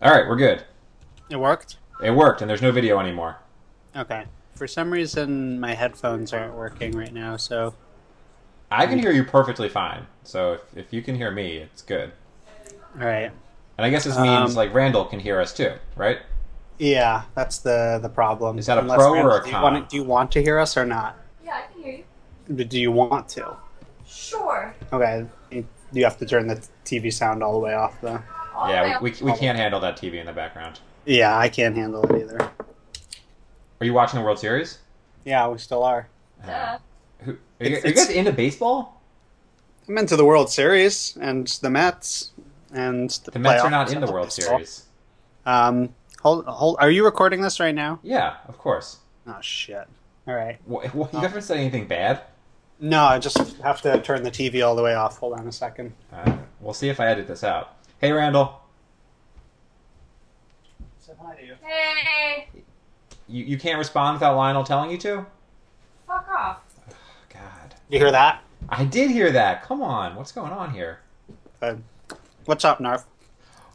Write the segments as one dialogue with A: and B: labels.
A: All right, we're good.
B: It worked?
A: It worked, and there's no video anymore.
B: Okay. For some reason, my headphones aren't working right now, so.
A: I can hear you perfectly fine. So if, if you can hear me, it's good.
B: Alright.
A: And I guess this means
B: Um,
A: like Randall can hear us too, right?
B: Yeah, that's the the problem.
A: Is that a pro or
B: Randall,
A: a
B: do you,
A: con?
B: want, do you want to hear us or not?
C: Yeah, I can hear you.
B: Do do you want to?
C: Sure.
B: Okay. You you have to turn the TV sound all the way off, though.
C: All the way
A: yeah,
C: up.
A: we, we, we can't handle that TV in the background.
B: Yeah, I can't handle it either.
A: Are you watching the World Series?
B: Yeah, we still are.
C: Yeah.
A: Uh, who, are, you,
B: It's-
A: are you guys
B: it's-
A: into baseball?
B: I'm into the World Series and the Mets and the,
A: The Mets are
B: playoffs
A: not in the
B: and
A: World
B: baseball.
A: Series.
B: Um, hold, hold. Are you recording this right now?
A: Yeah, of course.
B: Oh shit! All right.
A: Wha wha- you haven't said anything bad.
B: No, I just have to turn the TV all the way off. Hold on a second.
A: Uh, we'll see if I edit this out. Hey, Randall,
B: Say hi to you.
C: Hey,
A: you, you can't respond without Lionel telling you to?
C: fuck off.
A: God.
B: You hear that?
A: I did hear that. Come on. What's going on here?
B: What's up, Narf?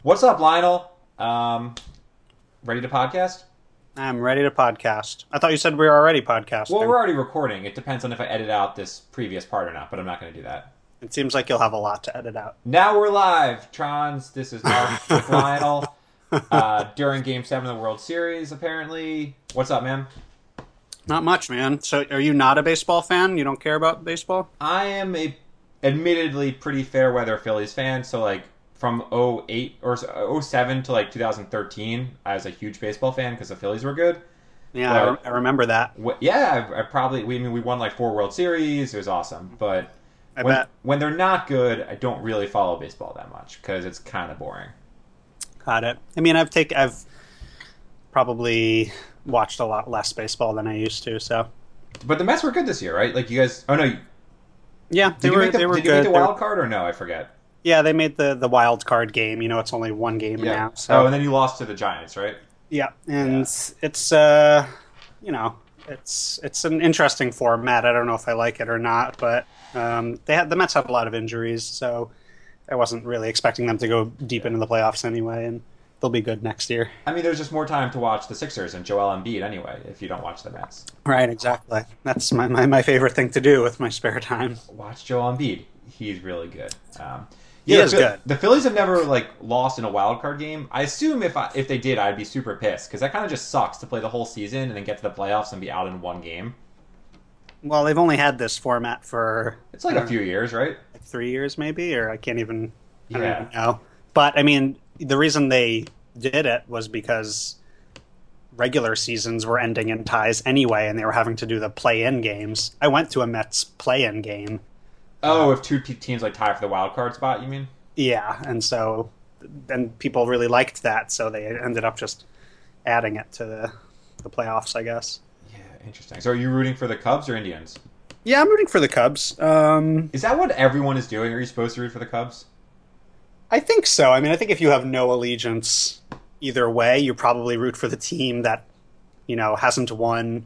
A: What's up, Lionel? Um, ready to podcast?
B: I'm ready to podcast. I thought you said we were already podcasting.
A: Well, we're already recording. It depends on if I edit out this previous part or not, but I'm not going to do that.
B: It seems like you'll have a lot to edit out.
A: Now we're live. Trons, this is Mark with Lionel. Uh, during Game 7 of the World Series, apparently. What's up, man?
B: Not much, man. So, are you not a baseball fan? You don't care about baseball?
A: I am a admittedly pretty fair weather Phillies fan, so like from 08 or 07 to like 2013, I was a huge baseball fan because the Phillies were good.
B: Yeah, I,
A: Well-
B: re- I remember that.
A: Wh- yeah, I, I probably. We I mean we won like four World Series. It was awesome, but
B: I
A: when
B: bet.
A: when they're not good, I don't really follow baseball that much because it's kind of boring.
B: Got it. I mean, I've take I've probably watched a lot less baseball than I used to. So,
A: But the Mets were good this year, right? Like you guys. Oh no, you-
B: yeah,
A: did
B: they
A: you
B: were
A: make the,
B: they were
A: did
B: good.
A: you make the
B: They were-
A: wild card or no? I forget.
B: yeah, they made the the wild card game. You know, it's only one game now. So,
A: Oh, and then you lost to the Giants, right?
B: Yeah, and it's uh, you know, it's it's an interesting format. I don't know if I like it or not, but um, they had the Mets had a lot of injuries, so I wasn't really expecting them to go deep into the playoffs anyway, and they'll be good next year.
A: I mean, there's just more time to watch the Sixers and Joel Embiid anyway. If you don't watch the Mets,
B: Right, exactly. That's my, my, my favorite thing to do with my spare time.
A: watch Joel Embiid. He's really good. Um,
B: He
A: yeah,
B: is
A: the, Phil-
B: good.
A: The Phillies have never like lost in a wild card game. I assume if I, if they did, I'd be super pissed because that kind of just sucks to play the whole season and then get to the playoffs and be out in one game.
B: Well, they've only had this format for
A: It's like a few years, right?
B: like three years maybe, or I can't even I don't
A: Yeah.
B: even know. But I mean, the reason they did it was because regular seasons were ending in ties anyway, and they were having to do the play-in games. I went to a Mets play-in game,
A: Oh, if two te- teams like tie for the wild card spot, you mean?
B: yeah, and so and people really liked that, so they ended up just adding it to the, the playoffs, I guess.
A: Yeah, interesting. So, are you rooting for the Cubs or Indians?
B: Yeah, I'm rooting for the Cubs. Um,
A: Is that what everyone is doing? Are you supposed to root for the Cubs?
B: I think so. I mean, I think if you have no allegiance either way, you probably root for the team that, you know, hasn't won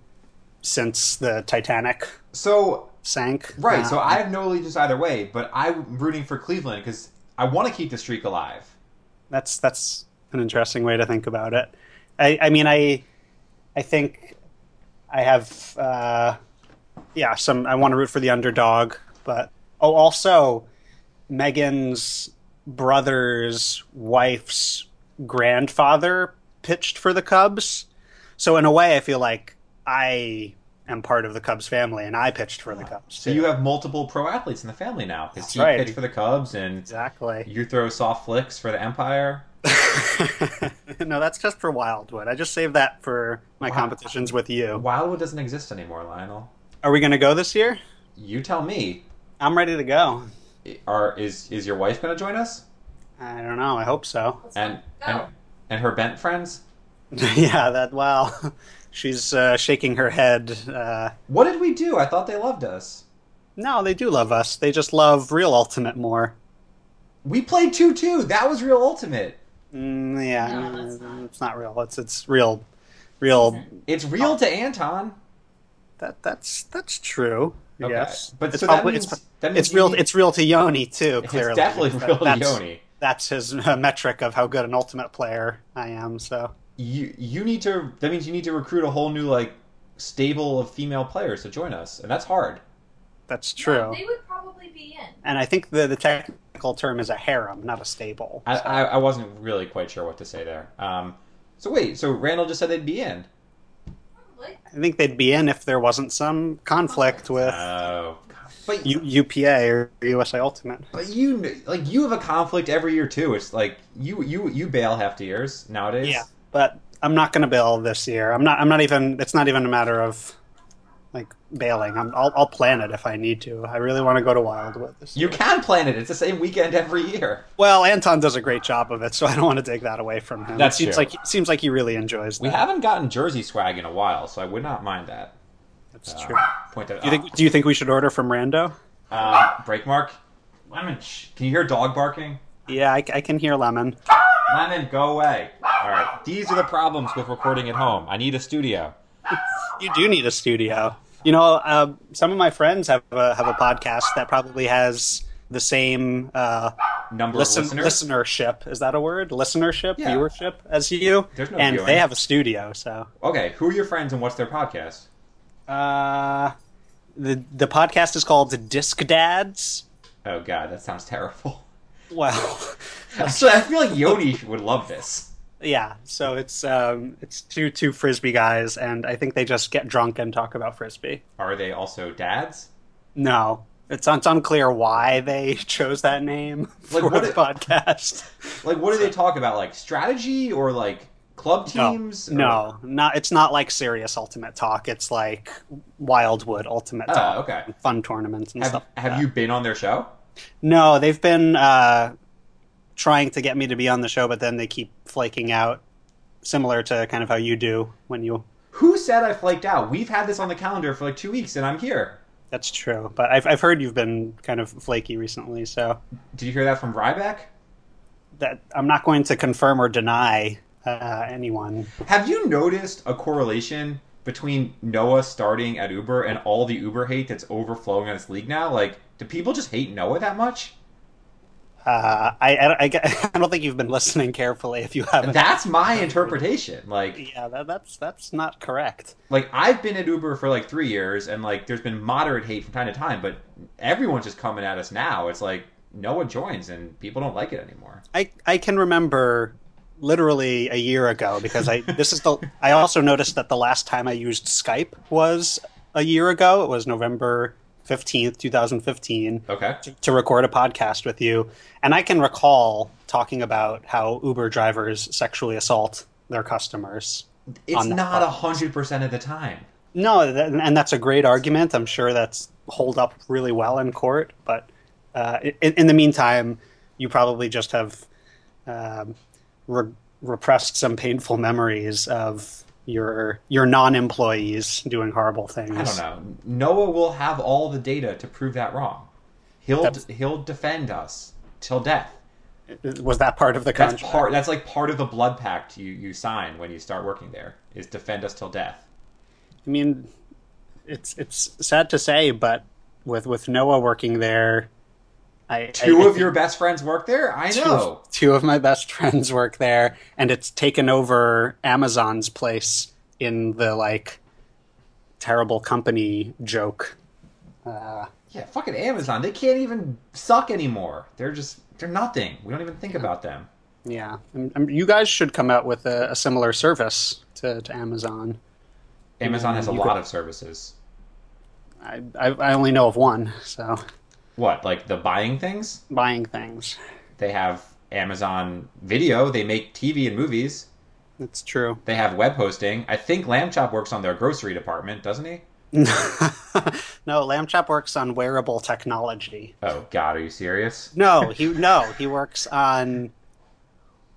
B: since the Titanic
A: So,
B: sank.
A: right. so
B: Uh,
A: I have no allegiance either way, but I'm rooting for Cleveland because I want to keep the streak alive.
B: that's that's an interesting way to think about it. I, I mean, I I think I have uh, yeah some. I want to root for the underdog, but oh, also Megan's brother's wife's grandfather pitched for the Cubs, so in a way, I feel like I am part of the Cubs family, and I pitched for the Cubs.
A: So you have multiple pro athletes in the family now because
B: That's
A: you
B: right.
A: pitch for the Cubs and
B: exactly.
A: you throw soft flicks for the Empire.
B: no, that's just for Wildwood. I just saved that for my
A: Wow.
B: competitions with you.
A: Wildwood doesn't exist anymore, Lionel.
B: Are we going to go this year?
A: You tell me.
B: I'm ready to go.
A: I- Are is is your wife going to join us?
B: I don't know. I hope so.
C: Let's
A: And
C: go.
A: and and her bent friends.
B: yeah, that well, she's uh, shaking her head. Uh,
A: What did we do? I thought they loved us.
B: no, they do love us. They just love Real Ultimate more.
A: We played two two. That was real ultimate.
B: Mm, yeah,
C: No,
B: no,
C: that's not.
B: it's not real. It's it's real, real.
A: It's real to Anton.
B: That that's that's true.
A: Okay.
B: Yes,
A: but
B: it's
A: so
B: probably-
A: that means
B: it's,
A: that means
B: it's real.
A: you-
B: It's real to Yoni too.
A: it's
B: Clearly,
A: definitely
B: That-
A: real to
B: that's-
A: Yoni.
B: that's his uh, metric of how good an ultimate player I am. So
A: you you need to that means you need to recruit a whole new like stable of female players to join us and that's hard
B: that's true.
C: They would probably be in.
B: And I think the the technical term is a harem, not a stable.
A: i i, I wasn't really quite sure what to say there um so wait so randall just said they'd be in
C: Probably.
B: I think they'd be in if there wasn't some conflict with
A: oh God. but you
B: U- UPA or USA Ultimate.
A: but you kn- like you have a conflict every year too it's like you you you bail half the years nowadays
B: Yeah, but I'm not going to bail this year. I'm not. I'm not even. It's not even a matter of like bailing. I'm, I'll, I'll plan it if I need to. I really want to go to Wildwood this
A: you
B: year.
A: can plan it it's the same weekend every year
B: Well, Anton does a great job of it, so I don't want to take that away from him.
A: That's
B: it seems
A: true.
B: like it seems like he really enjoys.
A: we
B: that.
A: haven't gotten jersey swag in a while so i would not mind that
B: That's
A: Uh,
B: true.
A: point that
B: Do you think? Do you think we should order from Rando?
A: uh, break mark lemon shh. can you hear a dog barking
B: Yeah, I, I can hear Lemon.
A: Lemon, go away. All right. These are the problems with recording at home. I need a studio.
B: You do need a studio. You know, uh, some of my friends have a, have a podcast that probably has the same uh,
A: Number
B: listen,
A: of listeners.
B: listenership. Is that a word? Listenership,
A: Yeah.
B: viewership, as you.
A: There's no
B: and
A: viewing.
B: they have a studio, so
A: Okay. Who are your friends and what's their podcast?
B: uh, the the podcast is called Disc Dads.
A: Oh God, that sounds terrible.
B: Well,
A: Actually, I feel like Yoni would love this.
B: yeah. So it's um, it's two two frisbee guys, and I think they just get drunk and talk about frisbee.
A: Are they also dads?
B: No. It's, it's unclear why they chose that name
A: Like,
B: for
A: what
B: the
A: it-
B: podcast.
A: Like, what do they talk about? Like strategy or like club teams? Or-
B: No, not it's not like serious Ultimate Talk. It's like Wildwood Ultimate Talk,
A: Oh, okay.
B: fun tournaments and
A: Have,
B: stuff. like
A: have
B: that.
A: you been on their show?
B: No, they've been uh, trying to get me to be on the show, but then they keep flaking out. Similar to kind of how you do when you.
A: Who said I flaked out? We've had this on the calendar for like two weeks, and I'm here.
B: That's true, but I've I've heard you've been kind of flaky recently, so
A: Did you hear that from Ryback?
B: that I'm not going to confirm or deny uh, anyone.
A: Have you noticed a correlation between Noah starting at Uber and all the Uber hate that's overflowing on this league now? Like, do people just hate Noah that much?
B: Uh, I, I, I gue- I don't think you've been listening carefully if you haven't.
A: That's my interpretation. Like,
B: yeah, that, that's that's not correct.
A: like I've been at Uber for like three years, and like there's been moderate hate from time to time, but everyone's just coming at us now. It's like Noah joins, and people don't like it anymore.
B: I I can remember literally a year ago because I this is the I also noticed that the last time I used Skype was a year ago. It was November 15th, 2015
A: Okay,
B: to record a podcast with you and I can recall talking about how Uber drivers sexually assault their customers.
A: it's
B: On that
A: not a hundred percent of the time.
B: No, th- and that's a great argument. I'm sure that's hold up really well in court. But uh, in, in the meantime, you probably just have um, re- repressed some painful memories of your your non-employees doing horrible things.
A: I don't know. Noah will have all the data to prove that wrong. He'll
B: That's-
A: he'll defend us till death.
B: know. Was that part of the
A: That's
B: contract?
A: part. That's like part of the blood pact you you sign when you start working there is defend us till death.
B: I mean, it's it's sad to say, but with with Noah working there, I
A: Two
B: I- I
A: of your best friends work there. I
B: two of-
A: know.
B: two of my best friends work there and it's taken over amazon's place in the like terrible company joke uh,
A: Yeah, fucking Amazon. They can't even suck anymore. They're just they're nothing. We don't even think about them.
B: yeah And- and you guys should come out with a, a similar service to, to amazon
A: Amazon has a
B: You
A: lot
B: could-
A: of services.
B: I, I, I only know of one so
A: What like the buying things?
B: buying things
A: They have Amazon Video. They make TV and movies.
B: that's true
A: They have web hosting. I think Lamb Chop works on their grocery department, doesn't he?
B: no lamb chop works on wearable technology
A: Oh God, are you serious?
B: No, he no, he works on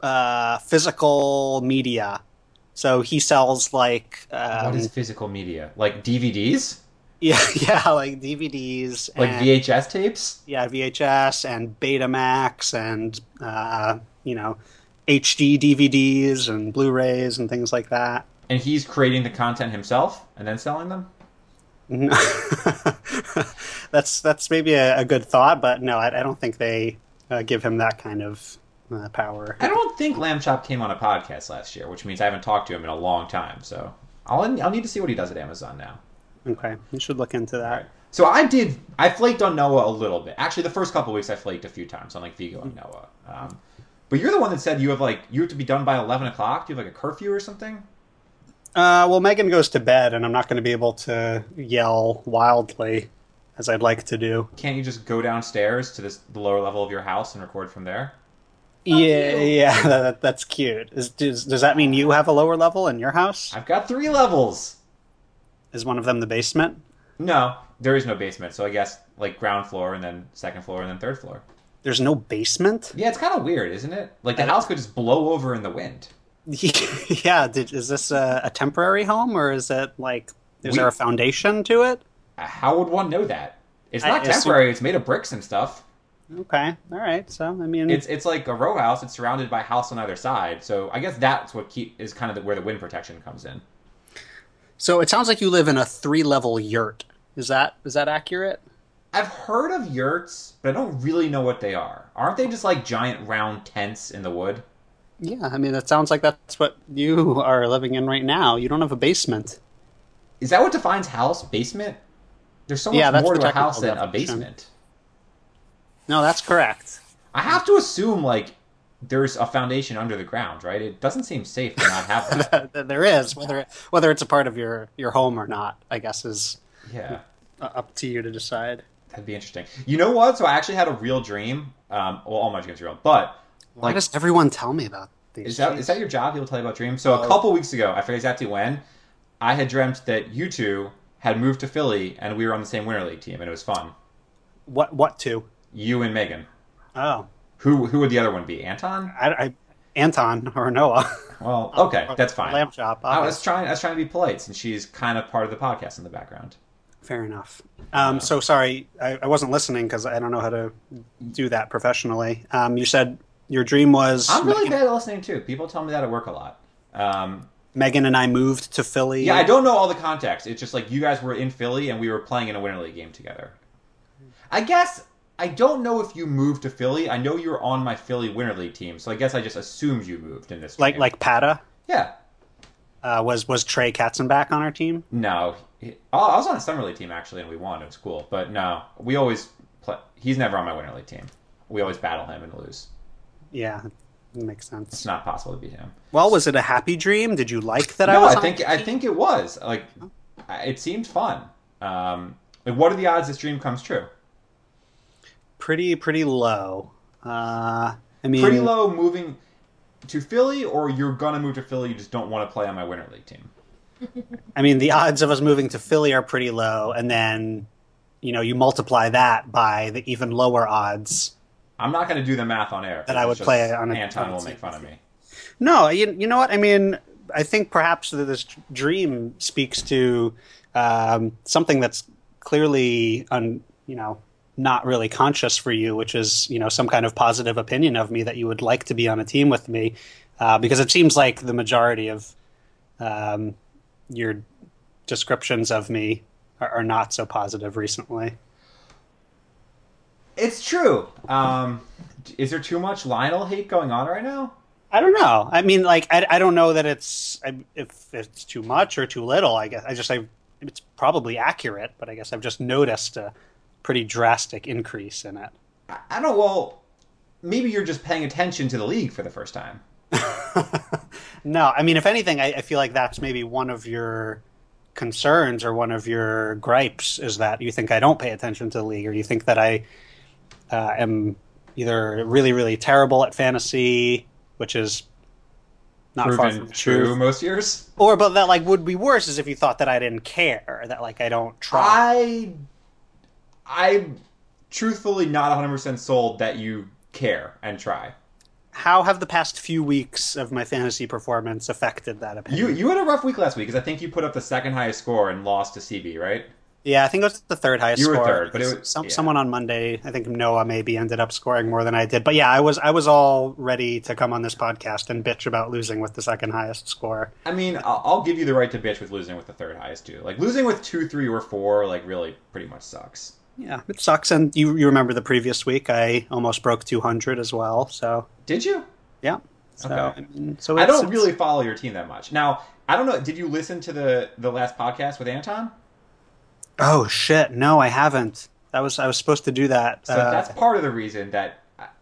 B: uh, physical media. So he sells like um,
A: what is physical media? Like DVDs?
B: yeah, yeah, like DVDs
A: Like
B: and
A: VHS tapes?
B: yeah, VHS and Betamax and uh, you know HD DVDs and Blu-rays and things like that.
A: and he's creating the content himself and then selling them.
B: that's that's maybe a, a good thought, but no, I, I don't think they uh, give him that kind of uh, power.
A: I don't think Lamb Chop came on a podcast last year, which means I haven't talked to him in a long time. So I'll I'll need to see what he does at Amazon now.
B: Okay, you should look into that.
A: Alright. So I did. I flaked on Noah a little bit. Actually, the first couple weeks I flaked a few times on like Vigo and Noah. Um, but you're the one that said you have like you have to be done by eleven o'clock. Do you have like a curfew or something?
B: Uh, well, Megan goes to bed, and I'm not going to be able to yell wildly as I'd like to do.
A: Can't you just go downstairs to this the lower level of your house and record from there?
B: yeah,
C: you.
B: yeah, that, that's cute. Is, does, does that mean you have a lower level in your house?
A: I've got three levels.
B: Is one of them the basement?
A: No, there is no basement. So I guess like ground floor and then second floor and then third floor.
B: There's no basement.
A: Yeah, it's kind of weird, isn't it? Like the house could just blow over in the wind.
B: yeah, did, is this a, a temporary home, or is it like is
A: We-
B: there a foundation to it?
A: How would one know that? It's
B: I
A: not
B: assume-
A: temporary. It's made of bricks and stuff.
B: Okay, all right. So I mean,
A: It's it's like a row house. It's surrounded by house on either side. So I guess that's what keep is kind of the, where the wind protection comes in.
B: so it sounds like you live in a three-level yurt. Is that is that accurate?
A: I've heard of yurts, but I don't really know what they are. Aren't they just like giant round tents in the wood?
B: Yeah, I mean, that sounds like that's what you are living in right now. You don't have a basement.
A: Is that what defines house? Basement? There's so much
B: Yeah, that's
A: more
B: the
A: to a
B: technical
A: house than a
B: definition.
A: basement.
B: No, that's correct.
A: I have to assume like there's a foundation under the ground, right? It doesn't seem safe to not have that.
B: there is whether whether it's a part of your your home or not. I guess is
A: yeah.
B: uh, up to you to decide.
A: That'd be interesting. You know what? So I actually had a real dream. Um, well, all my dreams are real, but
B: Why
A: like,
B: does everyone tell me about these?
A: is that
B: things?
A: is that your job? People tell you about dreams. So a
B: Oh.
A: couple weeks ago, I forget exactly when, I had dreamt that you two had moved to Philly and we were on the same winter league team, and it was fun.
B: what what to?
A: You and Megan.
B: Oh,
A: Who who would the other one be? Anton?
B: I, I Anton or Noah.
A: Well, okay,
B: Or
A: that's fine.
B: Uh, Lamb chop.
A: I
B: obvious.
A: was trying. I was trying to be polite, since she's kind of part of the podcast in the background.
B: Fair enough. Um, so sorry, I, I wasn't listening because I don't know how to do that professionally. Um, you said your dream was
A: I'm really
B: Megan,
A: bad at listening too. People tell me that at work a lot. Um,
B: Megan and I moved to Philly.
A: Yeah, I don't know all the context. It's just like you guys were in Philly and we were playing in a winter league game together. I guess I don't know if you moved to Philly. I know you were on my Philly winter league team, so I guess I just assumed you moved in this.
B: like
A: game.
B: like Pata
A: yeah,
B: uh, was was Trey Katzenbach on our team.
A: no. He- oh, I was on a summer league team actually, and we won. It was cool, but no, we always play. He's never on my winter league team. We always battle him and lose.
B: Yeah, that makes
A: It's
B: sense.
A: not possible to beat him.
B: Well, was it a happy dream? Did you like that? I
A: no,
B: was
A: I
B: on
A: think
B: the Oh.
A: I
B: team?
A: think it was like I- it seemed fun. Um, like, what are the odds this dream comes true?
B: pretty pretty low. Uh, I mean,
A: pretty low moving to Philly, or you're gonna move to Philly. You just don't want to play on my winter league team.
B: I mean, the odds of us moving to Philly are pretty low, and then you know you multiply that by the even lower odds.
A: I'm not gonna do the math on air. 'cause
B: That I
A: it's
B: would
A: just
B: play on a-
A: Anton
B: on a
A: will
B: team.
A: make fun of me.
B: No, you, you know what I mean. I think perhaps that this dream speaks to um, something that's clearly un, you know not really conscious for you, which is you know some kind of positive opinion of me that you would like to be on a team with me, uh, because it seems like the majority of um, your descriptions of me are, are not so positive recently.
A: It's true. Um, is there too much Lionel hate going on right now?
B: I don't know. I mean, like, I, I don't know that it's I, if it's too much or too little. I guess I just I it's probably accurate, but I guess I've just noticed a pretty drastic increase in it.
A: I, I don't. Well, maybe you're just paying attention to the league for the first time.
B: No, I mean, if anything, I, I feel like that's maybe one of your concerns or one of your gripes is that you think I don't pay attention to the league, or you think that I uh, am either really, really terrible at fantasy, which is not far
A: Proven
B: from the
A: true
B: truth.
A: most years.
B: Or, but that like would be worse is if you thought that I didn't care, that like I don't try.
A: I, I'm truthfully not 100 percent sold that you care and try.
B: How have the past few weeks of my fantasy performance affected that
A: You
B: opinion?
A: you had a rough week last week because I think you put up the second highest score and lost to CB, right?
B: yeah, I think it was the third highest
A: You were
B: score.
A: third, but it was-
B: Some,
A: yeah.
B: someone on Monday, I think Noah maybe ended up scoring more than I did. But yeah, I was I was all ready to come on this podcast and bitch about losing with the second highest score.
A: I mean, I'll, I'll give you the right to bitch with losing with the third highest too. Like losing with two, three, or four, like really pretty much sucks.
B: yeah, it sucks. And you you remember the previous week, I almost broke 200 as well. So
A: Did you?
B: yeah, so
A: Okay.
B: I mean, so
A: I
B: it's-
A: don't
B: it's-
A: really follow your team that much. Now, I don't know. Did you listen to the the last podcast with Anton?
B: Oh shit! No, I haven't. That was I was supposed to do that.
A: So
B: uh,
A: that's part of the reason that,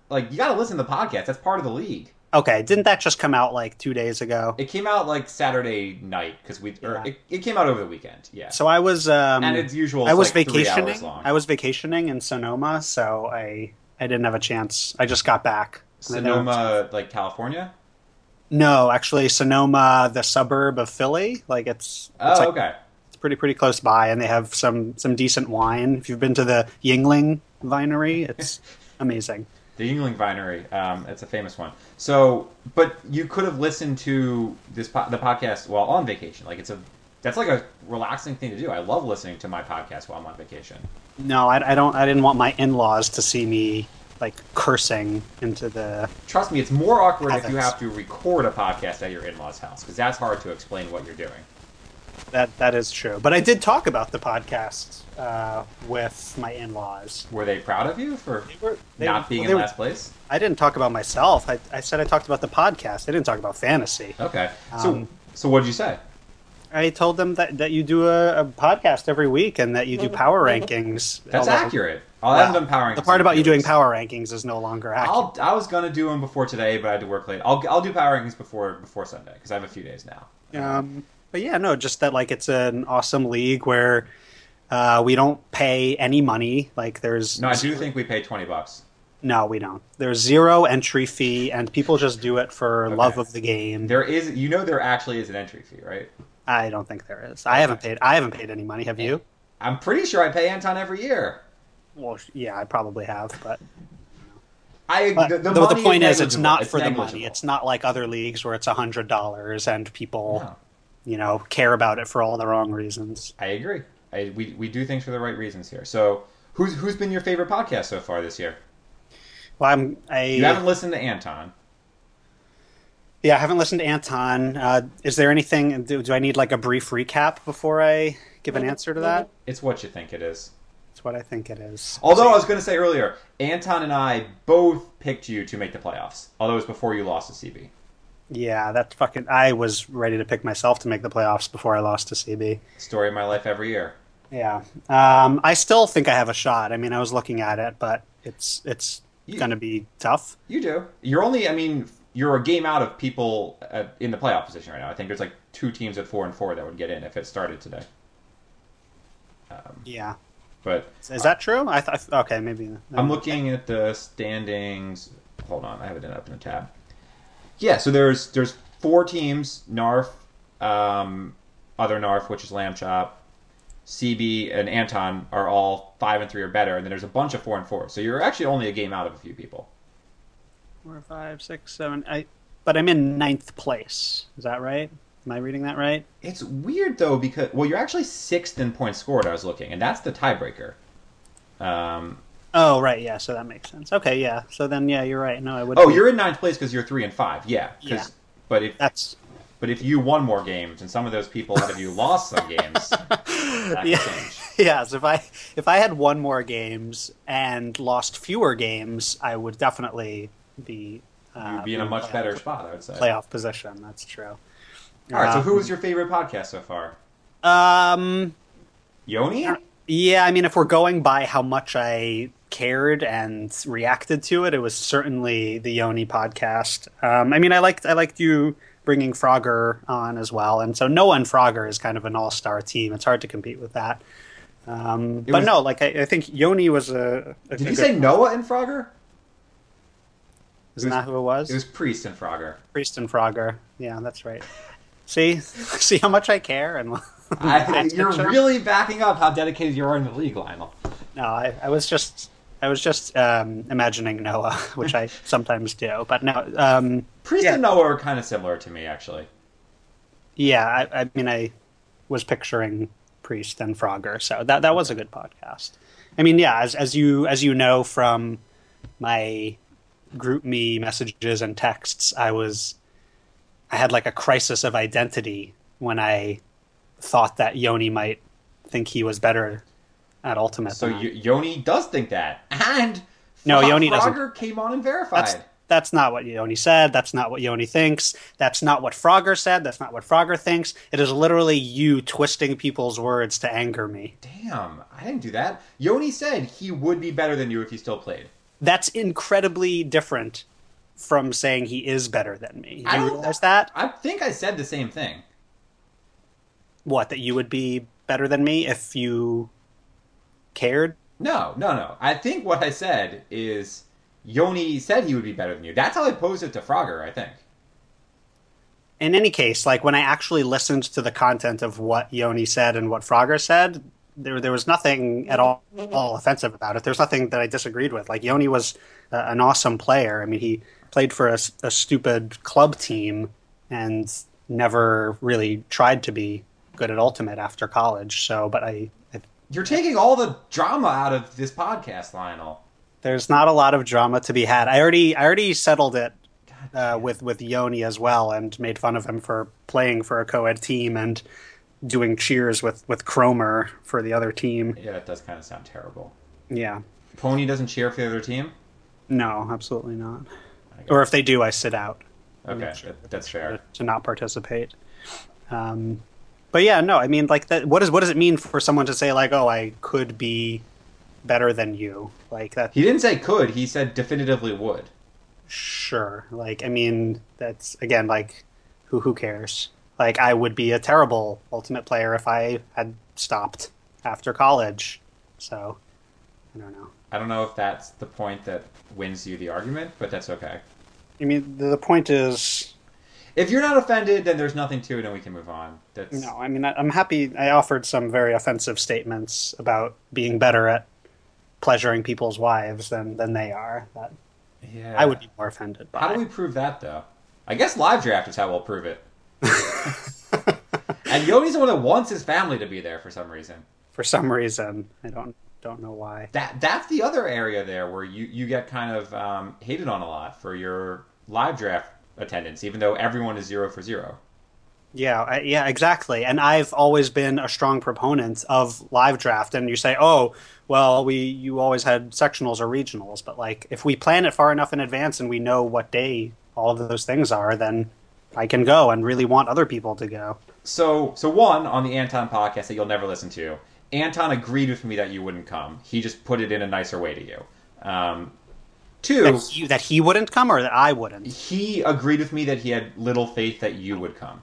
A: like, you got to listen to the podcast. That's part of the league.
B: uh, okay, didn't that just come out like two days ago?
A: It came out like Saturday night because we. Or
B: Yeah.
A: it, it came out over the weekend. Yeah.
B: So I was um,
A: and its usual.
B: I
A: it's,
B: was
A: like, three hours
B: vacationing.
A: long.
B: I was vacationing in Sonoma, so I I didn't have a chance. I just got back. And I don't-
A: Sonoma, like California.
B: No, actually, Sonoma, the suburb of Philly, like it's
A: Oh,
B: it's, like,
A: okay.
B: it's pretty pretty close by, and they have some some decent wine. If you've been to the Yingling Vinery, it's amazing.
A: The Yingling Vinery. Um, it's a famous one. So, but you could have listened to this po- the podcast while on vacation. Like it's a that's like a relaxing thing to do. I love listening to my podcast while I'm on vacation.
B: No, I, I don't. I didn't want my in laws to see me like cursing into the.
A: Trust me, it's more awkward if you
B: Ethics.
A: have to record a podcast at your in-laws' house because that's hard to explain what you're doing.
B: That that is true. But I did talk about the podcast uh, with my in laws.
A: Were they proud of you for
B: They were they,
A: not being
B: they
A: in
B: were-
A: last place?
B: I didn't talk about myself. I, I said I talked about the podcast. I didn't talk about fantasy.
A: Okay. So,
B: Um,
A: so what did you say?
B: I told them that, that you do a, a podcast every week and that you do power rankings.
A: That's
B: although-
A: accurate. I
B: Wow.
A: haven't done powering.
B: The part about you doing power rankings is no longer accurate.
A: I'll, I was gonna do them before today, but I had to work late. I'll, I'll do power rankings before before Sunday because I have a few days now.
B: Um, but yeah, no, just that like it's an awesome league where uh, we don't pay any money. Like there's
A: No, I do think we pay twenty bucks.
B: No, we don't. There's zero entry fee, and people just do it for
A: Okay.
B: love of the game.
A: There is, you know, there actually is an entry fee, right?
B: I don't think there is. I haven't paid. I haven't paid any money. Have you?
A: I'm pretty sure I pay Anton every year.
B: Well, sh- yeah, I probably have, but,
A: I
B: but
A: the, the,
B: the,
A: money
B: point is, it's
A: negligible.
B: not for the money.
A: negligible.
B: It's not like other leagues where it's a hundred dollars and people,
A: No.
B: you know, care about it for all the wrong reasons.
A: I agree. I, we we do things for the right reasons here. So, who's who's been your favorite podcast so far this year?
B: Well, I'm. I
A: You haven't listened to Anton.
B: yeah, I haven't listened to Anton. Uh, is there anything? Do, do I need like a brief recap before I give an answer to that?
A: It's what you think it is.
B: That's what I think it is.
A: Although I was going to say earlier, Anton and I both picked you to make the playoffs. Although it was before you lost to CB.
B: Yeah, that's fucking. I was ready to pick myself to make the playoffs before I lost to CB.
A: Story of my life every year.
B: Yeah, um, I still think I have a shot. I mean, I was looking at it, but it's it's
A: You-
B: going to be tough.
A: You do. You're only. I mean, you're a game out of people uh in the playoff position right now. I think there's like two teams at four and four that would get in if it started today. Um,
B: Yeah,
A: but
B: is that true? I thought. Okay, maybe.
A: I'm looking at the standings. Hold on, I have it up in a tab. Yeah, so there's there's four teams: Narf, um, other Narf, which is Lamb Chop, CB, and Anton are all five and three or better, and then there's a bunch of four and four. So you're actually only a game out of a few people.
B: Four, five, six, seven, eight. But I'm in ninth place. Is that right? Am I reading that right?
A: It's weird though because well, you're actually sixth in points scored. I was looking, and that's the tiebreaker. Um,
B: Oh, right. Yeah. So that makes sense. Okay. Yeah. So then, yeah, you're right. No, I would.
A: oh, you're in ninth place because you're three and five. Yeah, 'cause-
B: Yeah.
A: But if
B: That's.
A: but if you won more games and some of those people out of you lost some games, that could
B: Yeah.
A: change.
B: Yeah, so if I if I had won more games and lost fewer games, I would definitely be uh,
A: You'd be in a much
B: playoff-
A: better spot, I would say.
B: playoff Uh, position. That's true.
A: All right. So, who was your favorite podcast so far?
B: Um.
A: Yoni.
B: Yeah, I mean, if we're going by how much I cared and reacted to it, it was certainly the Yoni podcast. Um, I mean, I liked I liked you bringing Frogger on as well, and so Noah and Frogger is kind of an all star team. It's hard to compete with that. Um, but
A: was-
B: no, like I, I think Yoni was a. a
A: Did
B: a
A: you
B: good-
A: say Noah and Frogger?
B: Isn't that who it was?
A: It was Priest and Frogger.
B: Priest and Frogger. Yeah, that's right. See, see how much I care, and
A: I,
B: That's
A: you're
B: the truth.
A: really backing up how dedicated you are in the league, Lionel.
B: No, I, I was just I was just um, imagining Noah, which I sometimes do. But no, um,
A: Priest
B: Yeah.
A: and Noah are kind of similar to me, actually.
B: yeah, I, I mean, I was picturing Priest and Frogger, so that that was a good podcast. I mean, yeah, as as you as you know from my group me messages and texts, I was I had like a crisis of identity when I thought that Yoni might think he was better at Ultimate.
A: So
B: than I-
A: y- Yoni does think that, and
B: Uh-huh. No,
A: Fro-
B: Yoni doesn't.
A: Frogger came on and verified.
B: that's that's not what Yoni said. That's not what Yoni thinks. That's not what Frogger said. That's not what Frogger thinks. It is literally you twisting people's words to anger me.
A: Damn, I didn't do that. Yoni said he would be better than you if he still played.
B: That's incredibly different from saying he is better than me.
A: I
B: Do you
A: don't-
B: realize that?
A: I think I said the same thing.
B: What that you would be better than me if you cared?
A: No, no, no. I think what I said is Yoni said he would be better than you. That's how I posed it to Frogger, I think.
B: in any case, like when I actually listened to the content of what Yoni said and what Frogger said, there there was nothing at all, all offensive about it. There's nothing that I disagreed with. Like Yoni was uh, an awesome player. I mean, he played for a, s- a stupid club team and never really tried to be good at ultimate after college. So, but I, I
A: You're taking all the drama out of this podcast, Lionel.
B: there's not a lot of drama to be had. I already I already settled it
A: God
B: uh, with with Yoni as well, and made fun of him for playing for a co-ed team and doing cheers with with Cromer for the other team.
A: Yeah, that does kind of sound terrible.
B: Yeah,
A: Pony doesn't cheer for the other team?
B: no, absolutely not.
A: I got
B: Or if they do, I sit out
A: Okay,
B: not sure.
A: that- that's fair.
B: to not participate. Um, but yeah, no, I mean, like that. What does what does it mean for someone to say like, oh, I could be better than you? Like that.
A: He didn't say could, he said definitively would.
B: sure like i mean that's again like who who cares like i would be a terrible ultimate player if i had stopped after college so i don't know
A: I don't know if that's the point that wins you the argument, but that's okay.
B: i mean the, the point is
A: If you're not offended, then there's nothing to it and we can move on. That's
B: no i mean I, i'm happy i offered some very offensive statements about being better at pleasuring people's wives than than they are that
A: yeah.
B: i would be more offended by
A: How do we prove that though? I guess live draft is how we'll prove it. and Yoni's the one that wants his family to be there for some reason.
B: for some reason i don't don't know why
A: That that's the other area there where you you get kind of um, hated on a lot for your live draft attendance, even though everyone is zero for zero.
B: Yeah, I, yeah, exactly. And I've always been a strong proponent of live draft. And you say, oh, well, we you always had sectionals or regionals, but like if we plan it far enough in advance and we know what day all of those things are, then I can go and really want other people to go.
A: So so one on the Anton podcast that you'll never listen to. Anton agreed with me that you wouldn't come. He just put it in a nicer way to you. Um, two.
B: That he, that he wouldn't come or that I wouldn't.
A: he agreed with me that he had little faith that you would come.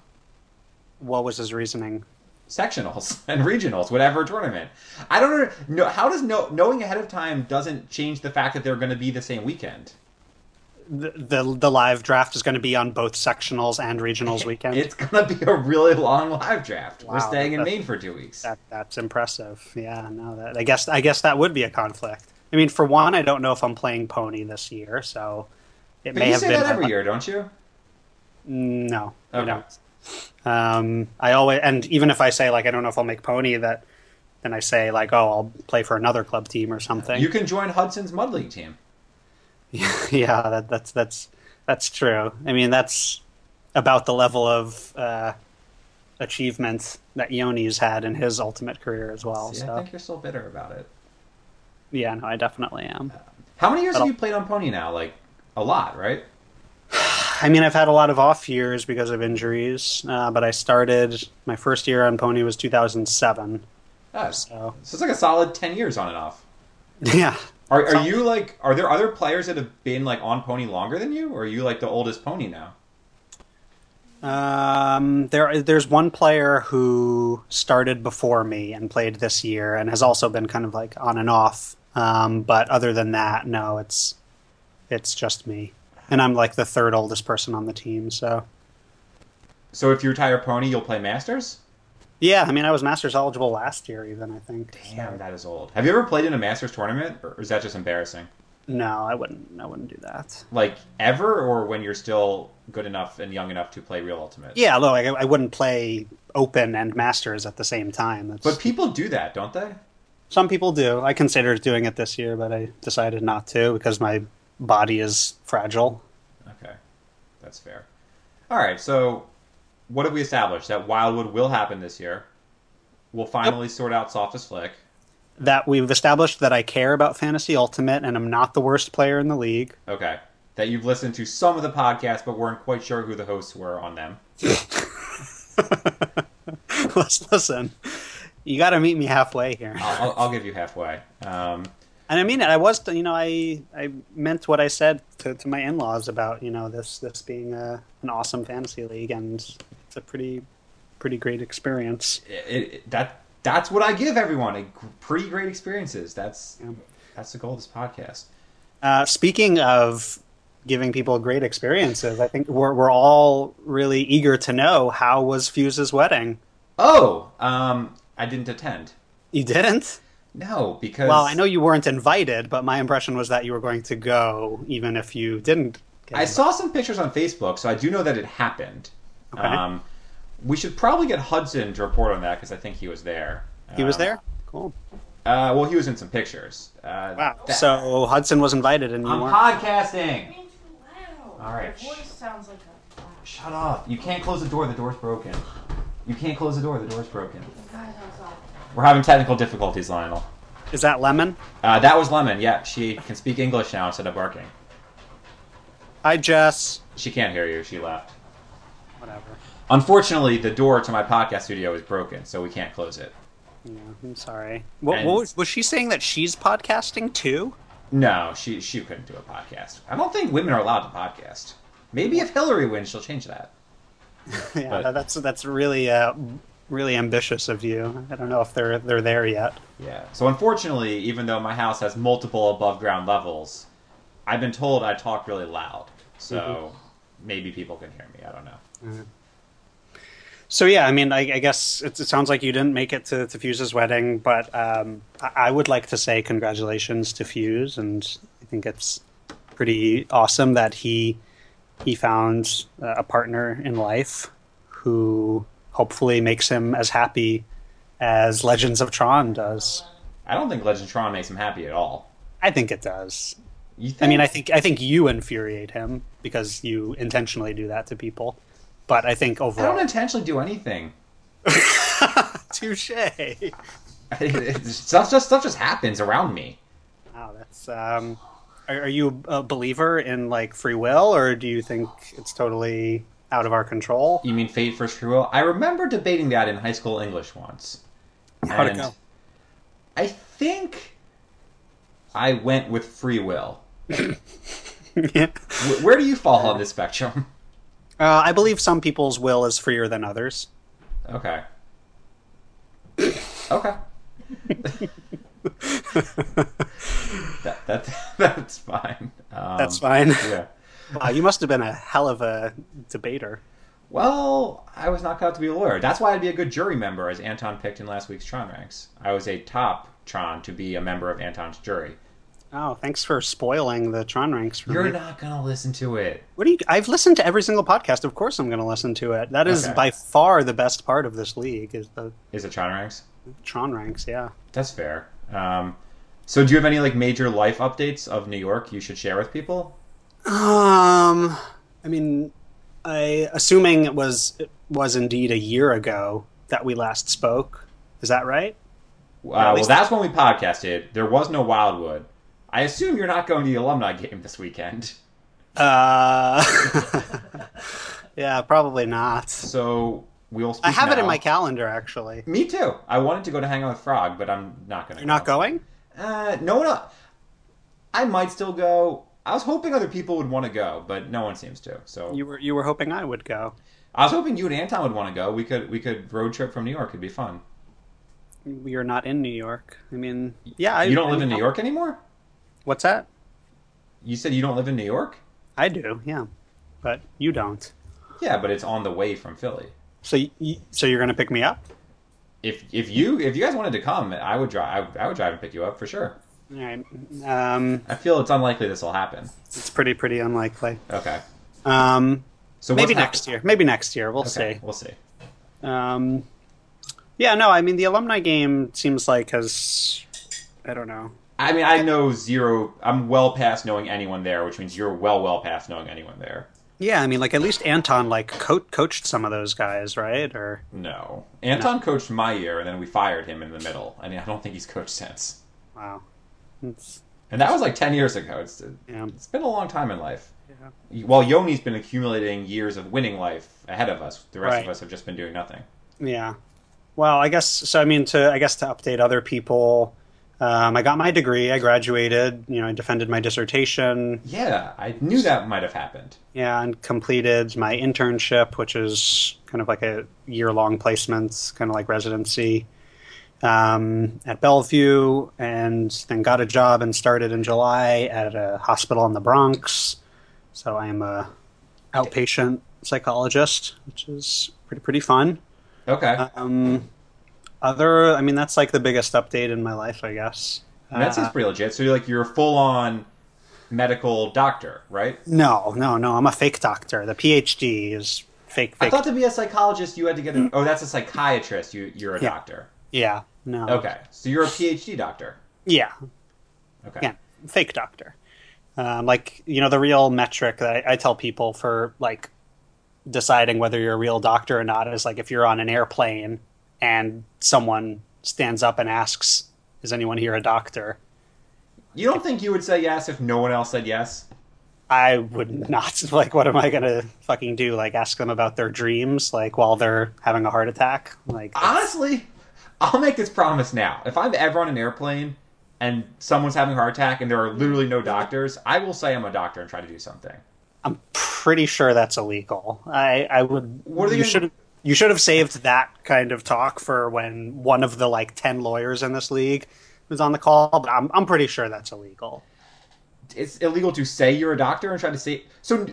B: What was his reasoning?
A: sectionals and regionals, whatever tournament. I don't know. No, how does know, knowing ahead of time doesn't change the fact that they're going to be the same weekend?
B: The the, the live draft is going to be on both sectionals and regionals weekend.
A: It's going to be a really long live draft. We're
B: Wow,
A: staying in
B: that's-
A: Maine for two weeks.
B: That that's impressive. Yeah, no, that I guess I guess that would be a conflict. I mean, for one, I don't know if I'm playing Pony this year, so it
A: But
B: may
A: you
B: have
A: say
B: been
A: that every year, don't you?
B: No, I
A: Okay.
B: don't. Um, I always and even if I say like I don't know if I'll make Pony, that then I say like oh I'll play for another club team or something.
A: You can join Hudson's Mud League team.
B: yeah, that, that's that's that's true. I mean, that's about the level of uh, achievement that Yoni's had in his ultimate career as well.
A: See, I
B: so
A: think you're still bitter about it.
B: yeah, no, I definitely am.
A: How many years
B: But
A: have
B: I'll-
A: you played on Pony now? Like, a lot, right?
B: I mean, I've had a lot of off years because of injuries, uh, but I started my first year on Pony was 2007.
A: Oh, so
B: So,
A: it's like a solid 10 years on and off.
B: yeah.
A: Are, are
B: Solid.
A: you like, are there other players that have been like on Pony longer than you? Or are you like the oldest Pony now?
B: Um, there, there's one player who started before me and played this year and has also been kind of like on and off. Um, but other than that, no, it's it's just me. And I'm like the third oldest person on the team, so
A: So if you retire Pony, you'll play Masters?
B: yeah. I mean, I was Masters eligible last year, even I think. so-
A: Damn, that is old. Have you ever played in a Masters tournament, or is that just embarrassing?
B: No, I wouldn't. I wouldn't do that.
A: Like ever, or when you're still good enough and young enough to play real ultimate?
B: Yeah, look, I, I wouldn't play Open and Masters at the same time. That's,
A: But people do that, don't they?
B: some people do. I considered doing it this year, but I decided not to because my body is fragile.
A: Okay, that's fair. All right, so what have we established? That Wildwood will happen this year. We'll finally sort out Softest Flick.
B: that we've established that I care about Fantasy Ultimate and I'm not the worst player in the league.
A: Okay. That you've listened to some of the podcasts, but weren't quite sure who the hosts were on them.
B: Let's listen. You got to meet me halfway here.
A: I'll, I'll, I'll give you halfway. Um,
B: And I mean it. I was, you know, I I meant what I said to, to my in-laws about you know this this being a, an awesome fantasy league and it's a pretty pretty great experience.
A: it, it, that that's what I give everyone. A g- pretty great experiences. That's
B: Yeah.
A: that's the goal of this podcast.
B: Uh, speaking of giving people great experiences, I think we're we're all really eager to know how was Fuse's wedding.
A: Oh, um, I didn't attend.
B: You didn't?
A: No, because
B: Well, I know you weren't invited, but my impression was that you were going to go even if you didn't. Get
A: I saw some pictures on Facebook, so I do know that it happened.
B: Okay.
A: Um, we should probably get Hudson to report on that because I think he was there.
B: He was
A: Um,
B: there. Cool.
A: Uh, well, he was in some pictures. Uh,
B: Wow.
A: that-
B: So Hudson was invited, and you
A: I'm
B: weren't.
C: You're
A: podcasting.
C: being too loud.
A: All right.
C: Your voice sounds like a.
A: Shut up! You can't close the door. The door's broken. You can't close the door. The door's broken.
C: God, that was awful.
A: We're having technical difficulties, Lionel.
B: Is that Lemon?
A: Uh, that was Lemon. Yeah, she can speak English now instead of barking.
B: Hi, Jess.
A: She can't hear you. She left.
B: Whatever.
A: Unfortunately, the door to my podcast studio is broken, so we can't close it.
B: Yeah, I'm sorry. What,
A: And-
B: what was, was she saying that she's podcasting too?
A: No, she she couldn't do a podcast. I don't think women are allowed to podcast. Maybe if Hillary wins, she'll change that.
B: yeah,
A: But-
B: that- that's that's really uh, really ambitious of you. I don't know if they're they're there yet.
A: Yeah. So unfortunately, even though my house has multiple above ground levels, I've been told I talk really loud. So
B: Mm-hmm.
A: maybe people can hear me. I don't know.
B: So yeah, I mean, I, I guess it, it sounds like you didn't make it to, to Fuse's wedding, but um, I, I would like to say congratulations to Fuse, and I think it's pretty awesome that he he found uh, a partner in life who hopefully makes him as happy as Legends of Tron does.
A: I don't think Legend of Tron makes him happy at all.
B: I think it does.
A: You think?
B: I mean, I think I think you infuriate him because you intentionally do that to people. But I think
A: I don't
B: overall,
A: intentionally do anything.
B: touche.
A: stuff just stuff just happens around me.
B: Wow, that's. Um, are, are you a believer in like free will, or do you think it's totally out of our control?
A: You mean fate versus free will? I remember debating that in high school English once.
B: How'd it
A: And
B: go?
A: I think I went with free will.
B: yeah.
A: Wh- Where do you fall on this spectrum?
B: uh, I believe some people's will is freer than others.
A: Okay. Okay. that, that that's fine. Um,
B: That's fine.
A: Yeah.
B: Wow, you must have been a hell of a debater.
A: Well, I was knocked out to be a lawyer. That's why I'd be a good jury member, as Anton picked in last week's Tron ranks. I was a top Tron to be a member of Anton's jury.
B: Oh, thanks for spoiling the Tron ranks for
A: You're
B: me.
A: not gonna listen to it.
B: What do you? I've listened to every single podcast. Of course, I'm going to listen to it. That is
A: Okay.
B: by far the best part of this league is the
A: Is it Tron ranks?
B: Tron ranks. Yeah.
A: That's fair. Um, so, do you have any like major life updates of New York you should share with people?
B: Um, I mean, I assuming it was it was indeed a year ago that we last spoke. Is that right?
A: Uh, well,
B: least-
A: that's when we podcasted. There was no Wildwood. I assume you're not going to the alumni game this weekend.
B: Uh, yeah, probably not.
A: So we'll. Speak
B: I have it in
A: now.
B: my calendar actually.
A: Me too. I wanted to go to hang out with Frog, but I'm not going to.
B: You're not going?
A: Uh, no one. el- I might still go. I was hoping other people would want to go, but no one seems to. So
B: You were you were hoping I would go.
A: I was hoping you and Anton would want to go. We could we could road trip from New York. It'd be fun.
B: We are not in New York. I mean, yeah, I,
A: you don't
B: I-
A: live in New York anymore.
B: What's that?
A: You said you don't live in New York.
B: I do, yeah, but you don't.
A: Yeah, but it's on the way from Philly.
B: So you, so you're gonna pick me up?
A: If if you if you guys wanted to come, I would drive. I, I would drive and pick you up for sure.
B: All right. Um,
A: I feel it's unlikely this will happen.
B: it's pretty pretty unlikely.
A: Okay.
B: Um,
A: So
B: maybe
A: what's hap-
B: next year. Maybe next year. We'll
A: Okay,
B: see.
A: We'll see.
B: Um, yeah, no, I mean the alumni game seems like has I don't know.
A: I mean, I know zero. I'm well past knowing anyone there, which means you're well, well past knowing anyone there.
B: Yeah, I mean, like at least Anton like co- coached some of those guys, right? Or
A: No. Anton coached my year, and then we fired him in the middle. I mean, I don't think he's coached since.
B: wow, it's,
A: And that was like 10 years ago. It's,
B: yeah,
A: it's been a long time in life.
B: Yeah.
A: While Yoni's been accumulating years of winning life ahead of us, the rest of
B: Right.
A: us have just been doing nothing.
B: yeah. Well, I guess so. I mean, to I guess to update other people, um, I got my degree. I graduated. You know, I defended my dissertation.
A: Yeah, I knew that might have happened.
B: Yeah, and completed my internship, which is kind of like a year long placement, kind of like residency um, at Bellevue, and then got a job and started in July at a hospital in the Bronx. So I am a outpatient psychologist, which is pretty pretty fun.
A: Okay.
B: Um, other, I mean, that's like the biggest update in my life, I guess.
A: that
B: Uh,
A: seems pretty legit. So you're like, you're a full on medical doctor, right?
B: no, no, no. I'm a fake doctor. The PhD is fake.
A: I
B: fake
A: thought to be a psychologist, you had to get a. Oh, that's a psychiatrist. You, you're a
B: Yeah.
A: doctor.
B: Yeah. No.
A: Okay. So you're a PhD doctor.
B: Yeah.
A: Okay.
B: Yeah. Fake doctor. Um, like you know, the real metric that I, I tell people for like deciding whether you're a real doctor or not is like if you're on an airplane and someone stands up and asks, "Is anyone here a doctor?"
A: You don't think you would say yes if no one else said yes?
B: I would not. Like, what am I gonna fucking do? Like, ask them about their dreams, like while they're having a heart attack. Like,
A: Honestly, I'll make this promise now. If I'm ever on an airplane and someone's having a heart attack and there are literally no doctors, I will say I'm a doctor and try to do something.
B: I'm pretty sure that's illegal. I, I would.
A: What are they
B: you
A: gonna-
B: should have you should have saved that kind of talk for when one of the like ten lawyers in this league was on the call. But I'm I'm pretty sure that's illegal.
A: It's illegal to say you're a doctor and try to say. So,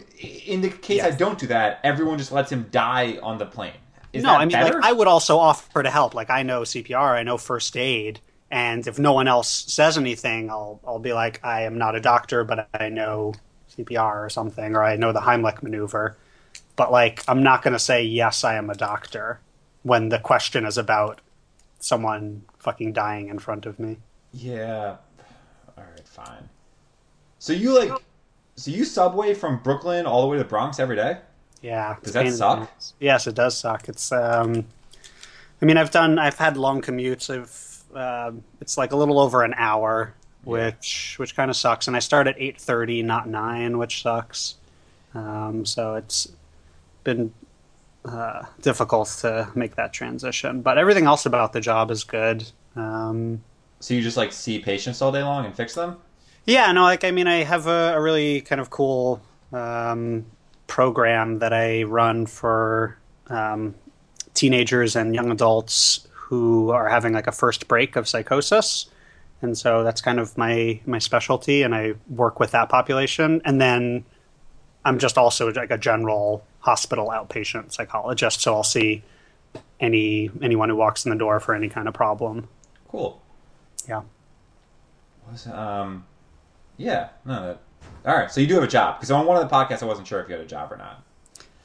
A: in the case I
B: Yes.
A: don't do that, everyone just lets him die on the plane. Is
B: no,
A: that
B: I mean
A: better?
B: like I would also offer to help. Like I know CPR, I know first aid, and if no one else says anything, I'll I'll be like I am not a doctor, but I know CPR or something, or I know the Heimlich maneuver. But like I'm not going to say yes, I am a doctor when the question is about someone fucking dying in front of me.
A: Yeah. All right, fine. So you like, so you subway from Brooklyn all the way to the Bronx every day?
B: Yeah. it's
A: Does that
B: pain in the
A: suck?
B: ass. Yes, it does suck. It's um I mean I've done I've had long commutes. I've um it's like a little over an hour, which which kind of sucks. And I start at eight thirty, not nine, which sucks. Um so it's been uh, difficult to make that transition, but everything else about the job is good. Um,
A: So you just like see patients all day long and fix them?
B: yeah, no, like I mean, I have a, a really kind of cool um, program that I run for um, teenagers and young adults who are having like a first break of psychosis, and so that's kind of my my specialty, and I work with that population, and then I'm just also like a general hospital outpatient psychologist, so I'll see any anyone who walks in the door for any kind of problem.
A: Cool.
B: Yeah.
A: Was um, yeah, no. That, all right, so you do have a job because on one of the podcasts I wasn't sure if you had a job or not.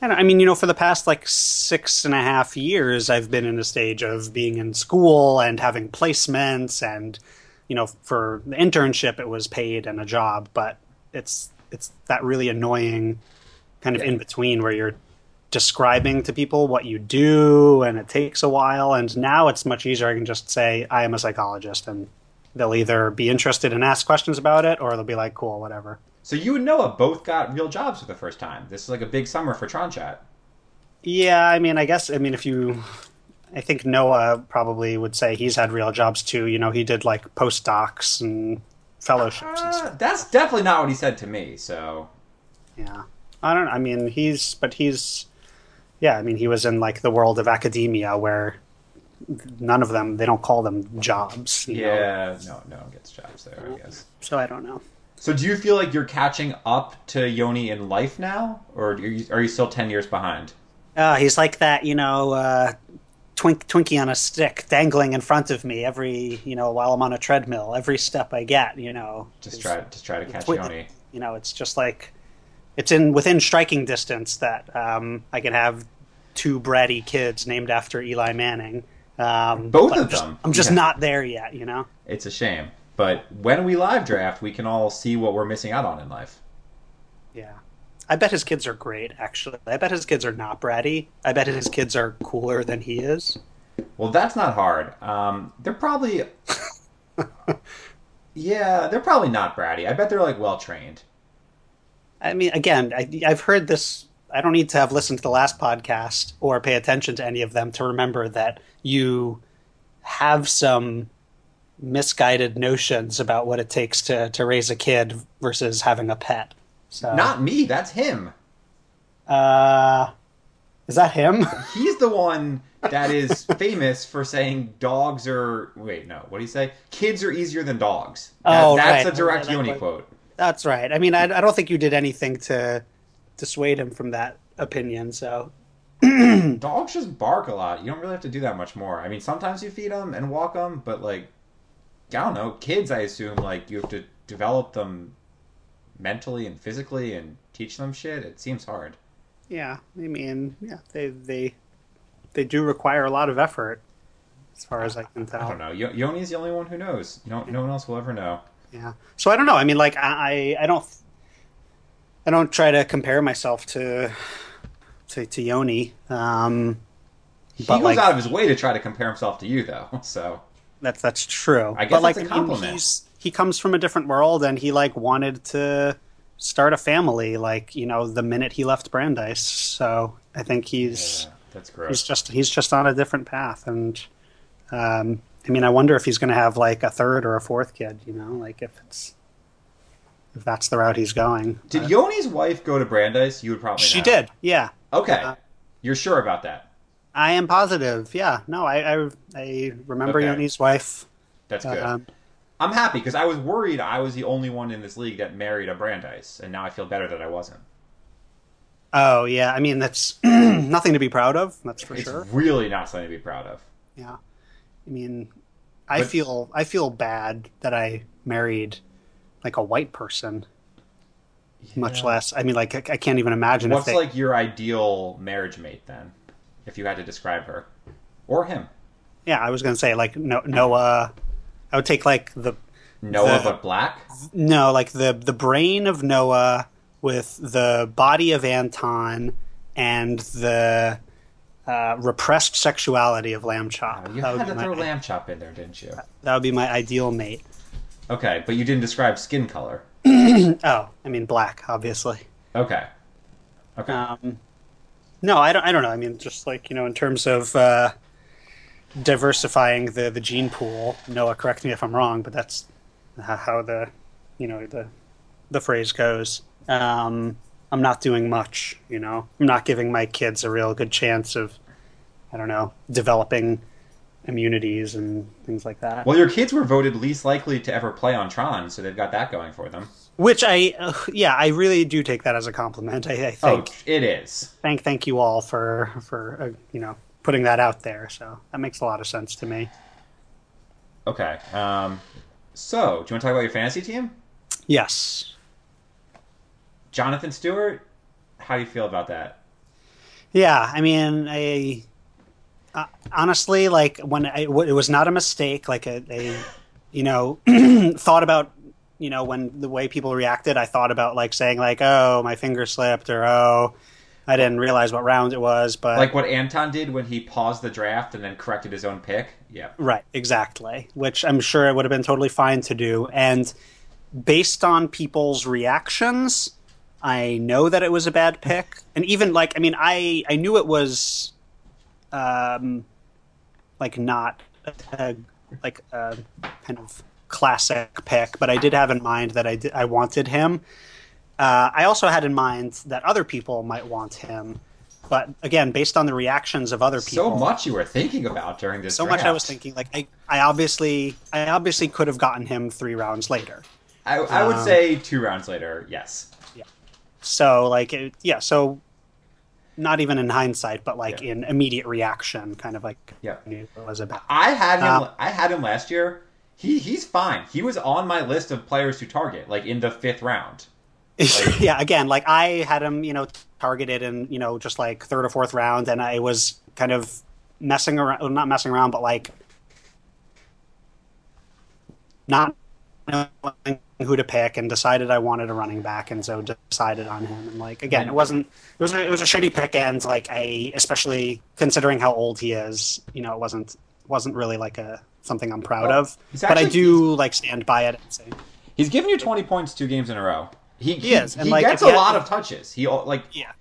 B: And I mean, you know, for the past like six and a half years, I've been in a stage of being in school and having placements, and you know, for the internship, it was paid and a job, but it's it's that really annoying kind of
A: Yeah.
B: in between where you're describing to people what you do, and it takes a while. And now it's much easier. I can just say I am a psychologist, and they'll either be interested and ask questions about it, or they'll be like, "Cool, whatever."
A: So you and Noah both got real jobs for the first time. This is like a big summer for Tron Chat.
B: Yeah, I mean, I guess, I mean, if you, I think Noah probably would say he's had real jobs too. You know, he did like postdocs and fellowships and stuff.
A: Uh, that's definitely not what he said to me. So
B: Yeah. I don't, I mean, he's, but he's, yeah, I mean, he was in like the world of academia where none of them, they don't call them jobs. you know?
A: yeah, no, no one gets jobs there. I guess.
B: So I don't know.
A: So do you feel like you're catching up to Yoni in life now, or are you, are you still ten years behind?
B: Uh, he's like that, you know, uh, twink, Twinkie on a stick dangling in front of me every, you know, while I'm on a treadmill, every step I get, you know.
A: Just
B: is-
A: try, just try to catch
B: Wait,
A: Yoni.
B: you know it's just like it's in within striking distance that um, i can have two bratty kids named after eli manning um,
A: Both
B: but
A: of
B: I'm just-
A: them.
B: i'm just
A: Yeah.
B: not there yet you know
A: It's a shame, but when we live draft, we can all see what we're missing out on in life.
B: yeah I bet his kids are great. Actually, I bet his kids are not bratty. I bet his kids are cooler than he is.
A: Well, that's not hard. Um, they're probably. yeah, they're probably not bratty. I bet they're like well trained.
B: I mean, again, I, I've heard this. I don't need to have listened to the last podcast or pay attention to any of them to remember that you have some misguided notions about what it takes to, to raise a kid versus having a pet. So,
A: Not me. That's him.
B: uh, is that him?
A: He's the one that is famous for saying dogs are. Wait, no. What do you say? Kids are easier than dogs. That-
B: Oh,
A: that's
B: right.
A: a direct
B: Yeah, that
A: Yoni
B: was-
A: quote.
B: That's right. I mean, I, I don't think you did anything to dissuade him from that opinion. So,
A: Dogs just bark a lot. You don't really have to do that much more. I mean, sometimes you feed them and walk them, but like, I don't know. Kids, I assume, like you have to develop them mentally and physically and teach them shit. It seems hard.
B: yeah, I mean, yeah, they they they do require a lot of effort, as far as I can tell.
A: I don't know. Yo- Yoni's the only one who knows. No, no one else will ever know.
B: Yeah. So I don't know. I mean, like I, I I don't, I don't try to compare myself to, to, to Yoni. Um,
A: He
B: But,
A: goes
B: like-
A: out of his way to try to compare himself to you, though. So
B: that's that's true.
A: I guess
B: but like
A: that's a
B: I mean,
A: compliment.
B: he's- he comes from a different world, and he like wanted to start a family. Like you know, the minute he left Brandeis, so I think he's
A: yeah, that's
B: he's
A: gross.
B: just he's just on a different path. And um, I mean, I wonder if he's going to have like a third or a fourth kid. You know, like if it's if that's the route he's going.
A: Did Yoni's wife go to Brandeis? You would probably.
B: uh, She
A: know.
B: did, yeah.
A: Okay,
B: Uh,
A: you're sure about that?
B: I am positive. Yeah, no, I I, I remember
A: Okay.
B: Yoni's wife.
A: That's good.
B: Um,
A: I'm happy because I was worried I was the only one in this league that married a Brandeis, and now I feel better that I wasn't.
B: oh yeah, I mean that's nothing to be proud of. That's for
A: it's
B: sure.
A: really not something to be proud of.
B: Yeah, I mean, I
A: But-
B: feel I feel bad that I married like a white person. Much
A: Yeah.
B: less, I mean, like I, I can't even imagine
A: What's
B: if they.
A: like your ideal marriage mate then, if you had to describe her, or him?
B: yeah, I was gonna say like no Noah. I would take like the
A: Noah,
B: The-
A: but black.
B: No, like the the brain of Noah with the body of Anton and the uh, repressed sexuality of Lamb Chop.
A: You
B: that, would
A: had
B: be
A: to throw
B: my,
A: lamb chop in there, didn't you?
B: that would be my ideal mate.
A: Okay, but you didn't describe skin color.
B: Oh, I mean black, obviously.
A: Okay. Okay.
B: Um, no, I don't. I don't know. I mean, just like you know, in terms of uh, diversifying the the gene pool. Noah, correct me if I'm wrong, but that's h- how the you know the the phrase goes. Um, I'm not doing much. You know, I'm not giving my kids a real good chance of I don't know developing immunities and things like that.
A: well, your kids were voted least likely to ever play on Tron, so they've got that going for them.
B: Which I ugh, yeah, I really do take that as a compliment. I, I think.
A: Oh, it is.
B: thank thank you all for for uh, you know putting that out there. So that makes a lot of sense to me.
A: Okay. Um, so, do you want to talk about your fantasy team?
B: Yes.
A: Jonathan Stewart, how do you feel about that?
B: Yeah. I mean, I uh, honestly like when I w- it was not a mistake. Like a, a you know thought about you know when the way people reacted. I thought about like saying like oh my finger slipped or oh I didn't realize what round it was. But
A: Like what Anton did when he paused the draft and then corrected his own pick? Yeah.
B: Right, exactly. Which I'm sure it would have been totally fine to do. And based on people's reactions, I know that it was a bad pick. And even like, I mean, I I knew it was, um, like not a, like a kind of classic pick, but I did have in mind that I did, I wanted him. Uh, I also had in mind that other people might want him, but again, based on the reactions of other people,
A: So much you were thinking about during this
B: so
A: draft.
B: much I was thinking like I, I obviously I obviously could have gotten him three rounds later.
A: I, I would
B: Um,
A: say two rounds later, yes.
B: So like it, yeah, so not even in hindsight, but like
A: Yeah.
B: in immediate reaction, kind of like
A: Yeah.
B: I knew it was about.
A: I had him.
B: Um,
A: I had him last year. He he's fine. He was on my list of players to target, like in the fifth round.
B: yeah, again, like I had him, you know, targeted in you know just like third or fourth round, and I was kind of messing around, well, not messing around, but like not knowing who to pick and decided I wanted a running back, and so decided on him. And like again, it wasn't it was a, it was a shitty pick, and like I especially considering how old he is, you know, it wasn't wasn't really like a something I'm proud
A: Well,
B: of.
A: he's
B: but I
A: actually-
B: do like stand by it. And say,
A: He's given you 20 points two games in a row. He, he,
B: is, and,
A: he
B: like,
A: gets
B: if
A: a
B: he had-
A: lot of touches. He al- like
B: yeah.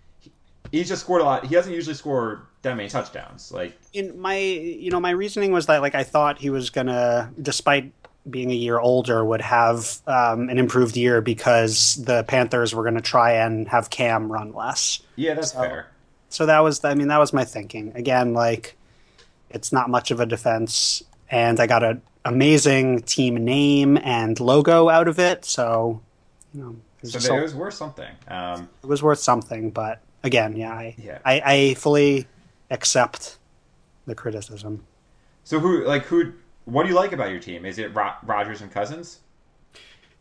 A: he's just scored a lot. He doesn't usually score that many touchdowns. Like
B: in my you know my reasoning was that like I thought he was gonna despite being a year older would have um, an improved year because the Panthers were gonna try and have Cam run less.
A: yeah, that's
B: So-
A: fair.
B: So that was I mean that was my thinking. Again, like it's not much of a defense, and I got an amazing team name and logo out of it. So you know it was,
A: So
B: just
A: that-
B: a-
A: it was worth something. Um,
B: it was worth something. But again, yeah, I
A: Yeah.
B: I, I fully accept the criticism.
A: so who like who? What do you like about your team? Is it Ro- Rogers and Cousins?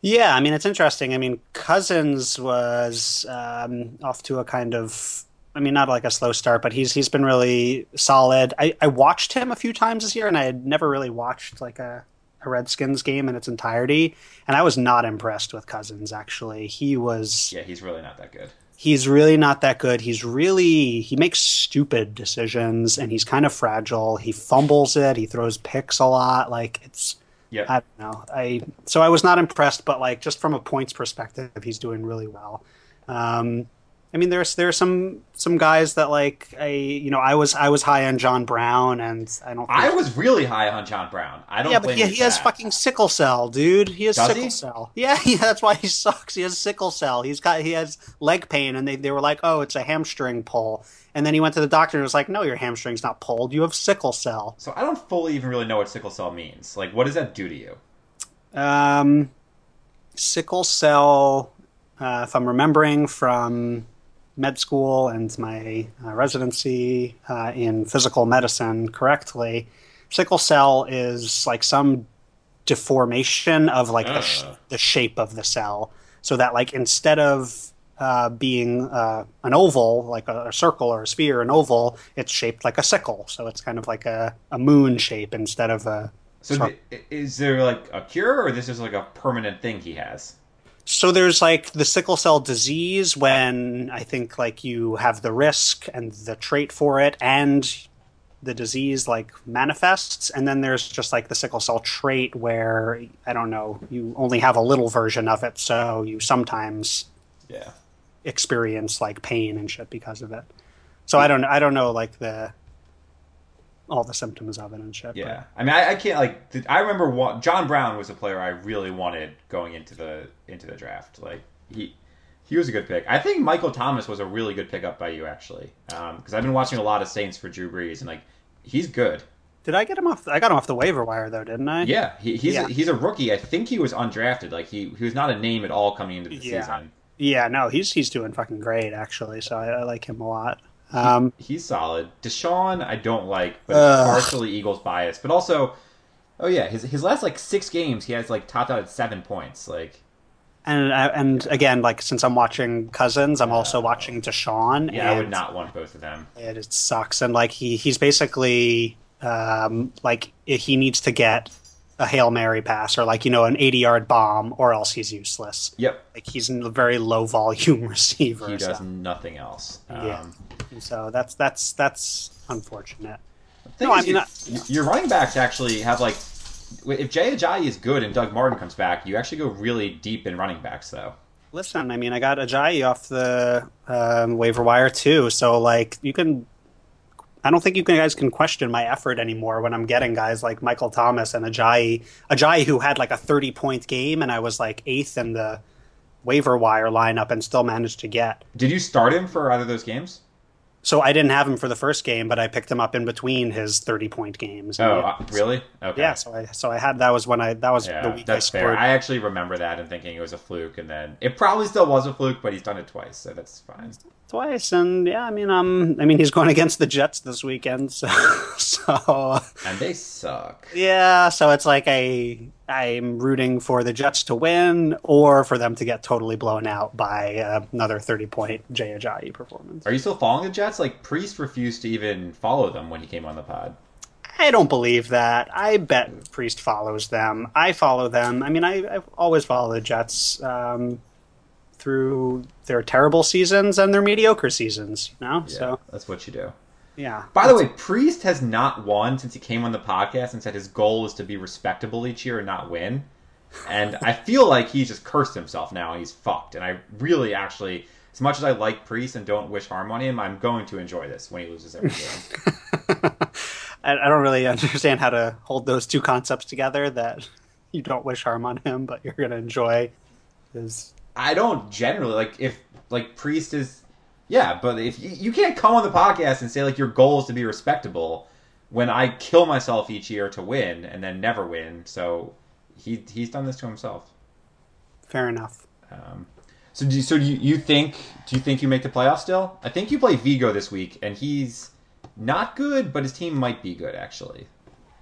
B: Yeah, I mean it's interesting. I mean Cousins was um, off to a kind of I mean not like a slow start, but he's he's been really solid. I, I watched him a few times this year and I had never really watched like a, a Redskins game in its entirety and I was not impressed with Cousins actually. He was
A: Yeah, he's really not that good.
B: he's really not that good. He's really he makes stupid decisions and he's kind of fragile. He fumbles it, he throws picks a lot. Like it's
A: Yep.
B: I don't know. I so I was not impressed, but like just from a points perspective, he's doing really well. Um, I mean, there's there are some some guys that like I you know I was I was high on John Brown, and I don't. Think,
A: I was really high on John Brown. I don't.
B: yeah, but
A: blame
B: he,
A: you
B: he
A: for
B: has
A: that.
B: fucking sickle cell, dude. He has
A: Does
B: sickle
A: he?
B: cell. Yeah, yeah, that's why he sucks. He has sickle cell. He's got he has leg pain, and they they were like, oh, it's a hamstring pull, and then he went to the doctor and was like, no, your hamstring's not pulled. You have sickle cell.
A: So I don't fully even really know what sickle cell means. Like, what does that do to you?
B: Um, sickle cell, uh, if I'm remembering from med school and my uh, residency uh, in physical medicine correctly, sickle cell is like some deformation of like the, sh-
A: Ugh.
B: the shape of the cell. So that like instead of uh, being uh, an oval, like a, a circle or a sphere, an oval, it's shaped like a sickle. So it's kind of like a, a moon shape instead of a
A: So
B: Sorry.
A: th- is there like a cure, or this is like a permanent thing he has?
B: So there's like the sickle cell disease when I think like you have the risk and the trait for it and the disease like manifests and then there's just like the sickle cell trait where I don't know you only have a little version of it so you sometimes
A: Yeah.
B: experience like pain and shit because of it. So I don't I don't know like the all the symptoms of it and shit. but-
A: Yeah, I mean, I, I can't like. th- I remember one, John Brown was a player I really wanted going into the into the draft. Like he he was a good pick. I think Michael Thomas was a really good pickup by you actually, because I've been watching a lot of Saints for Drew Brees and like he's good.
B: Did I get him off I got him off the waiver wire though, didn't I?
A: Yeah, he, he's
B: Yeah.
A: he's a rookie. I think he was undrafted. Like he he was not a name at all coming into the
B: Yeah.
A: season.
B: Yeah, no, he's he's doing fucking great actually. So I, I like him a lot. Um,
A: He's solid. Deshaun, I don't like, but
B: Ugh.
A: it's partially Eagles bias, but also. Oh yeah, his, his last like six games, he has like topped out at seven points. Like
B: and I, and again, like since I'm watching Cousins, I'm also watching Deshaun.
A: yeah,
B: and
A: I would not want both of them.
B: It, it sucks, and like he he's basically um, like he needs to get a hail mary pass or like you know an 80 yard bomb, or else he's useless.
A: Yep,
B: Like he's a very low volume receiver.
A: he does
B: so.
A: nothing else. Um,
B: Yeah. so that's that's that's unfortunate.
A: the thing
B: No,
A: is,
B: I mean,
A: you-
B: I-
A: you- your running backs actually have like, if Jay Ajayi is good and Doug Martin comes back, you actually go really deep in running backs though.
B: Listen, I mean, I got Ajayi off the um, waiver wire too, so like you can. I don't think you can- guys can question my effort anymore when I'm getting guys like Michael Thomas and Ajayi. Ajayi, who had like a 30 point game, and I was like eighth in the waiver wire lineup and still managed to get.
A: Did you start him for either of those games?
B: So I didn't have him for the first game, but I picked him up in between his 30 point games.
A: Oh,
B: And
A: uh, really? Okay.
B: Yeah, so I so I had that was when I that was the
A: Yeah,
B: week I
A: that's
B: scored.
A: fair. I actually remember that and thinking it was a fluke, and then it probably still was a fluke, but he's done it twice, so that's fine.
B: twice and yeah i mean um i mean he's going against the jets this weekend so so
A: And they suck.
B: yeah so it's like i i'm rooting for the jets to win or for them to get totally blown out by uh, another 30 point jay ajayi performance
A: Are you still following the Jets? Like Priest refused to even follow them when he came on the pod.
B: I don't believe that. I bet Priest follows them. I follow them. I mean, I, I've always followed the Jets um, through their terrible seasons and their mediocre seasons, you know?
A: Yeah,
B: So,
A: that's what you do.
B: yeah.
A: By the way, Priest has not won since he came on the podcast and said his goal is to be respectable each year and not win. And I feel like he's just cursed himself now. He's fucked. And I really, actually, as much as I like Priest and don't wish harm on him, I'm going to enjoy this when he loses every game.
B: I, I don't really understand how to hold those two concepts together that you don't wish harm on him, but you're going to enjoy his.
A: I don't generally like if like Priest is, yeah. But if you, you can't come on the podcast and say like your goal is to be respectable when I kill myself each year to win and then never win. So he he's done this to himself.
B: Fair enough.
A: Um, so do you, so do you, you think do you think you make the playoffs still? I think you play Vigo this week, and he's not good, but his team might be good actually.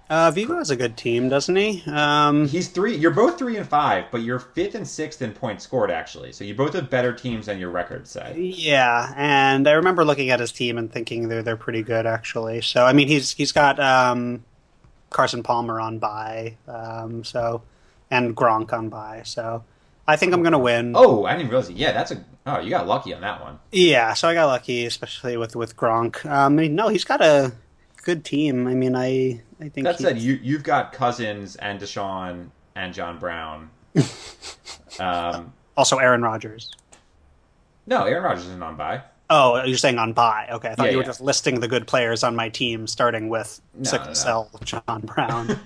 B: Uh, Vigo has a good team, doesn't he? Um,
A: He's three. You're both three and five, but you're fifth and sixth in points scored actually. So you both have better teams than your record say.
B: yeah, and I remember looking at his team and thinking they're they're pretty good actually. So I mean, he's he's got um, Carson Palmer on by, um, so and Gronk on by. So I think I'm gonna win.
A: Oh, I didn't realize. It. Yeah, that's a. Oh, you got lucky on that one.
B: Yeah, so I got lucky, especially with with Gronk. Um, I mean, no, he's got a good team. I mean, I I think
A: That
B: he-
A: said, you you've got Cousins and Deshaun and John Brown. um,
B: also Aaron Rodgers.
A: no, Aaron Rodgers isn't on by.
B: Oh, you're saying on by? Okay, I thought
A: Yeah,
B: you were
A: yeah.
B: just listing the good players on my team, starting with
A: No,
B: sickle
A: no, no.
B: cell John Brown.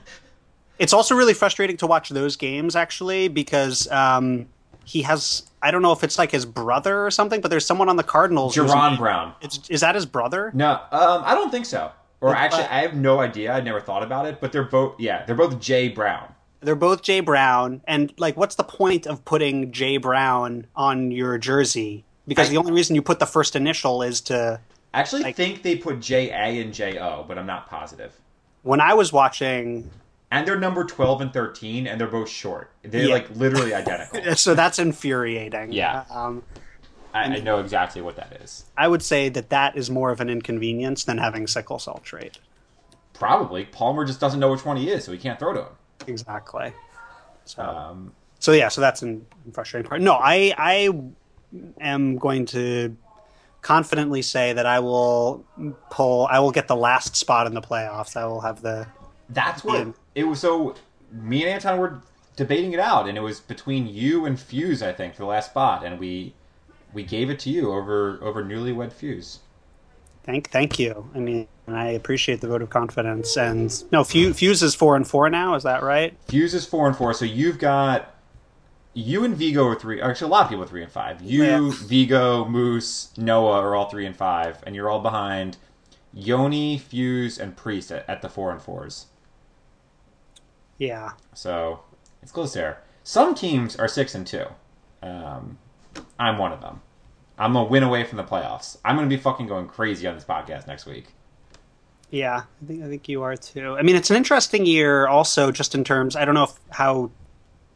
B: it's also really frustrating to watch those games actually because um, he has I don't know if it's like his brother or something, but there's someone on the Cardinals. who's-
A: Jerron Brown.
B: It's, is that his brother?
A: No, um, I don't think so. Or
B: But-
A: actually, I have no idea. I never thought about it. But they're both, yeah, they're both Jay Brown.
B: They're both Jay Brown, and like, what's the point of putting Jay Brown on your jersey? Because
A: I-
B: the only reason you put the first initial is to.
A: I actually
B: Like-
A: think they put J A and J O, but I'm not positive.
B: When I was watching,
A: And they're number twelve and thirteen, and they're both short. They're
B: Yeah.
A: like literally identical.
B: so that's infuriating.
A: Yeah.
B: Um,
A: I, I know exactly what that is.
B: I would say that that is more of an inconvenience than having sickle cell trait.
A: Probably Palmer just doesn't know which one he is, so he can't throw to him.
B: Exactly. So,
A: Um,
B: so yeah, so that's an frustrating part. No, I I am going to confidently say that I will pull. I will get the last spot in the playoffs. I will have the
A: that's what
B: Yeah.
A: it was. So me and Anton were debating it out, and it was between you and Fuse, I think, for the last spot, and we we gave it to you over over newlywed Fuse.
B: Thank, thank you. I mean, I appreciate the vote of confidence. And no, Fu- Fuse is four and four now. Is that right?
A: Fuse is four and four, so you've got you and Vigo are three. Actually, a lot of people are three and five. You,
B: Yeah.
A: Vigo, Moose, Noah are all three and five, and you're all behind Yoni, Fuse, and Priest at, at the four and fours.
B: Yeah.
A: So it's close there. Some teams are six and two. Um, I'm one of them. I'm a win away from the playoffs. I'm going to be fucking going crazy on this podcast next week.
B: Yeah, I think I think you are too. I mean, it's an interesting year, also, just in terms. I don't know if, how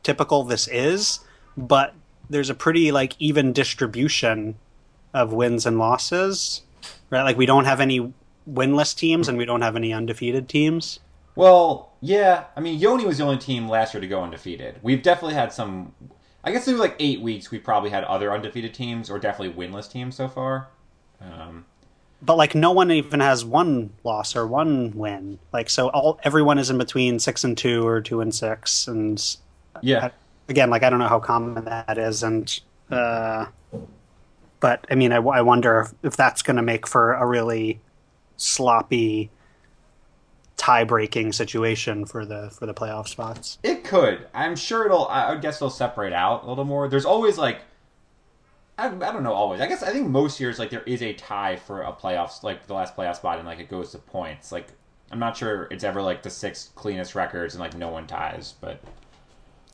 B: typical this is, but there's a pretty like even distribution of wins and losses, right? Like we don't have any winless teams, and we don't have any undefeated teams.
A: Well, yeah. I mean, Yoni was the only team last year to go undefeated. We've definitely had some. I guess through like eight weeks, we probably had other undefeated teams or definitely winless teams so far. Um,
B: But like no one even has one loss or one win. Like so, all everyone is in between six and two or two and six, and
A: yeah,
B: again, like I don't know how common that is, and uh, but I mean, I, I wonder if, if that's going to make for a really sloppy tie-breaking situation for the for the playoff spots.
A: it could. I'm sure it'll. I I would guess it'll separate out a little more. There's always like, I, I don't know. Always, I guess. I think most years like there is a tie for a playoffs like the last playoff spot, and like it goes to points. Like I'm not sure it's ever like the six cleanest records and like no one ties, but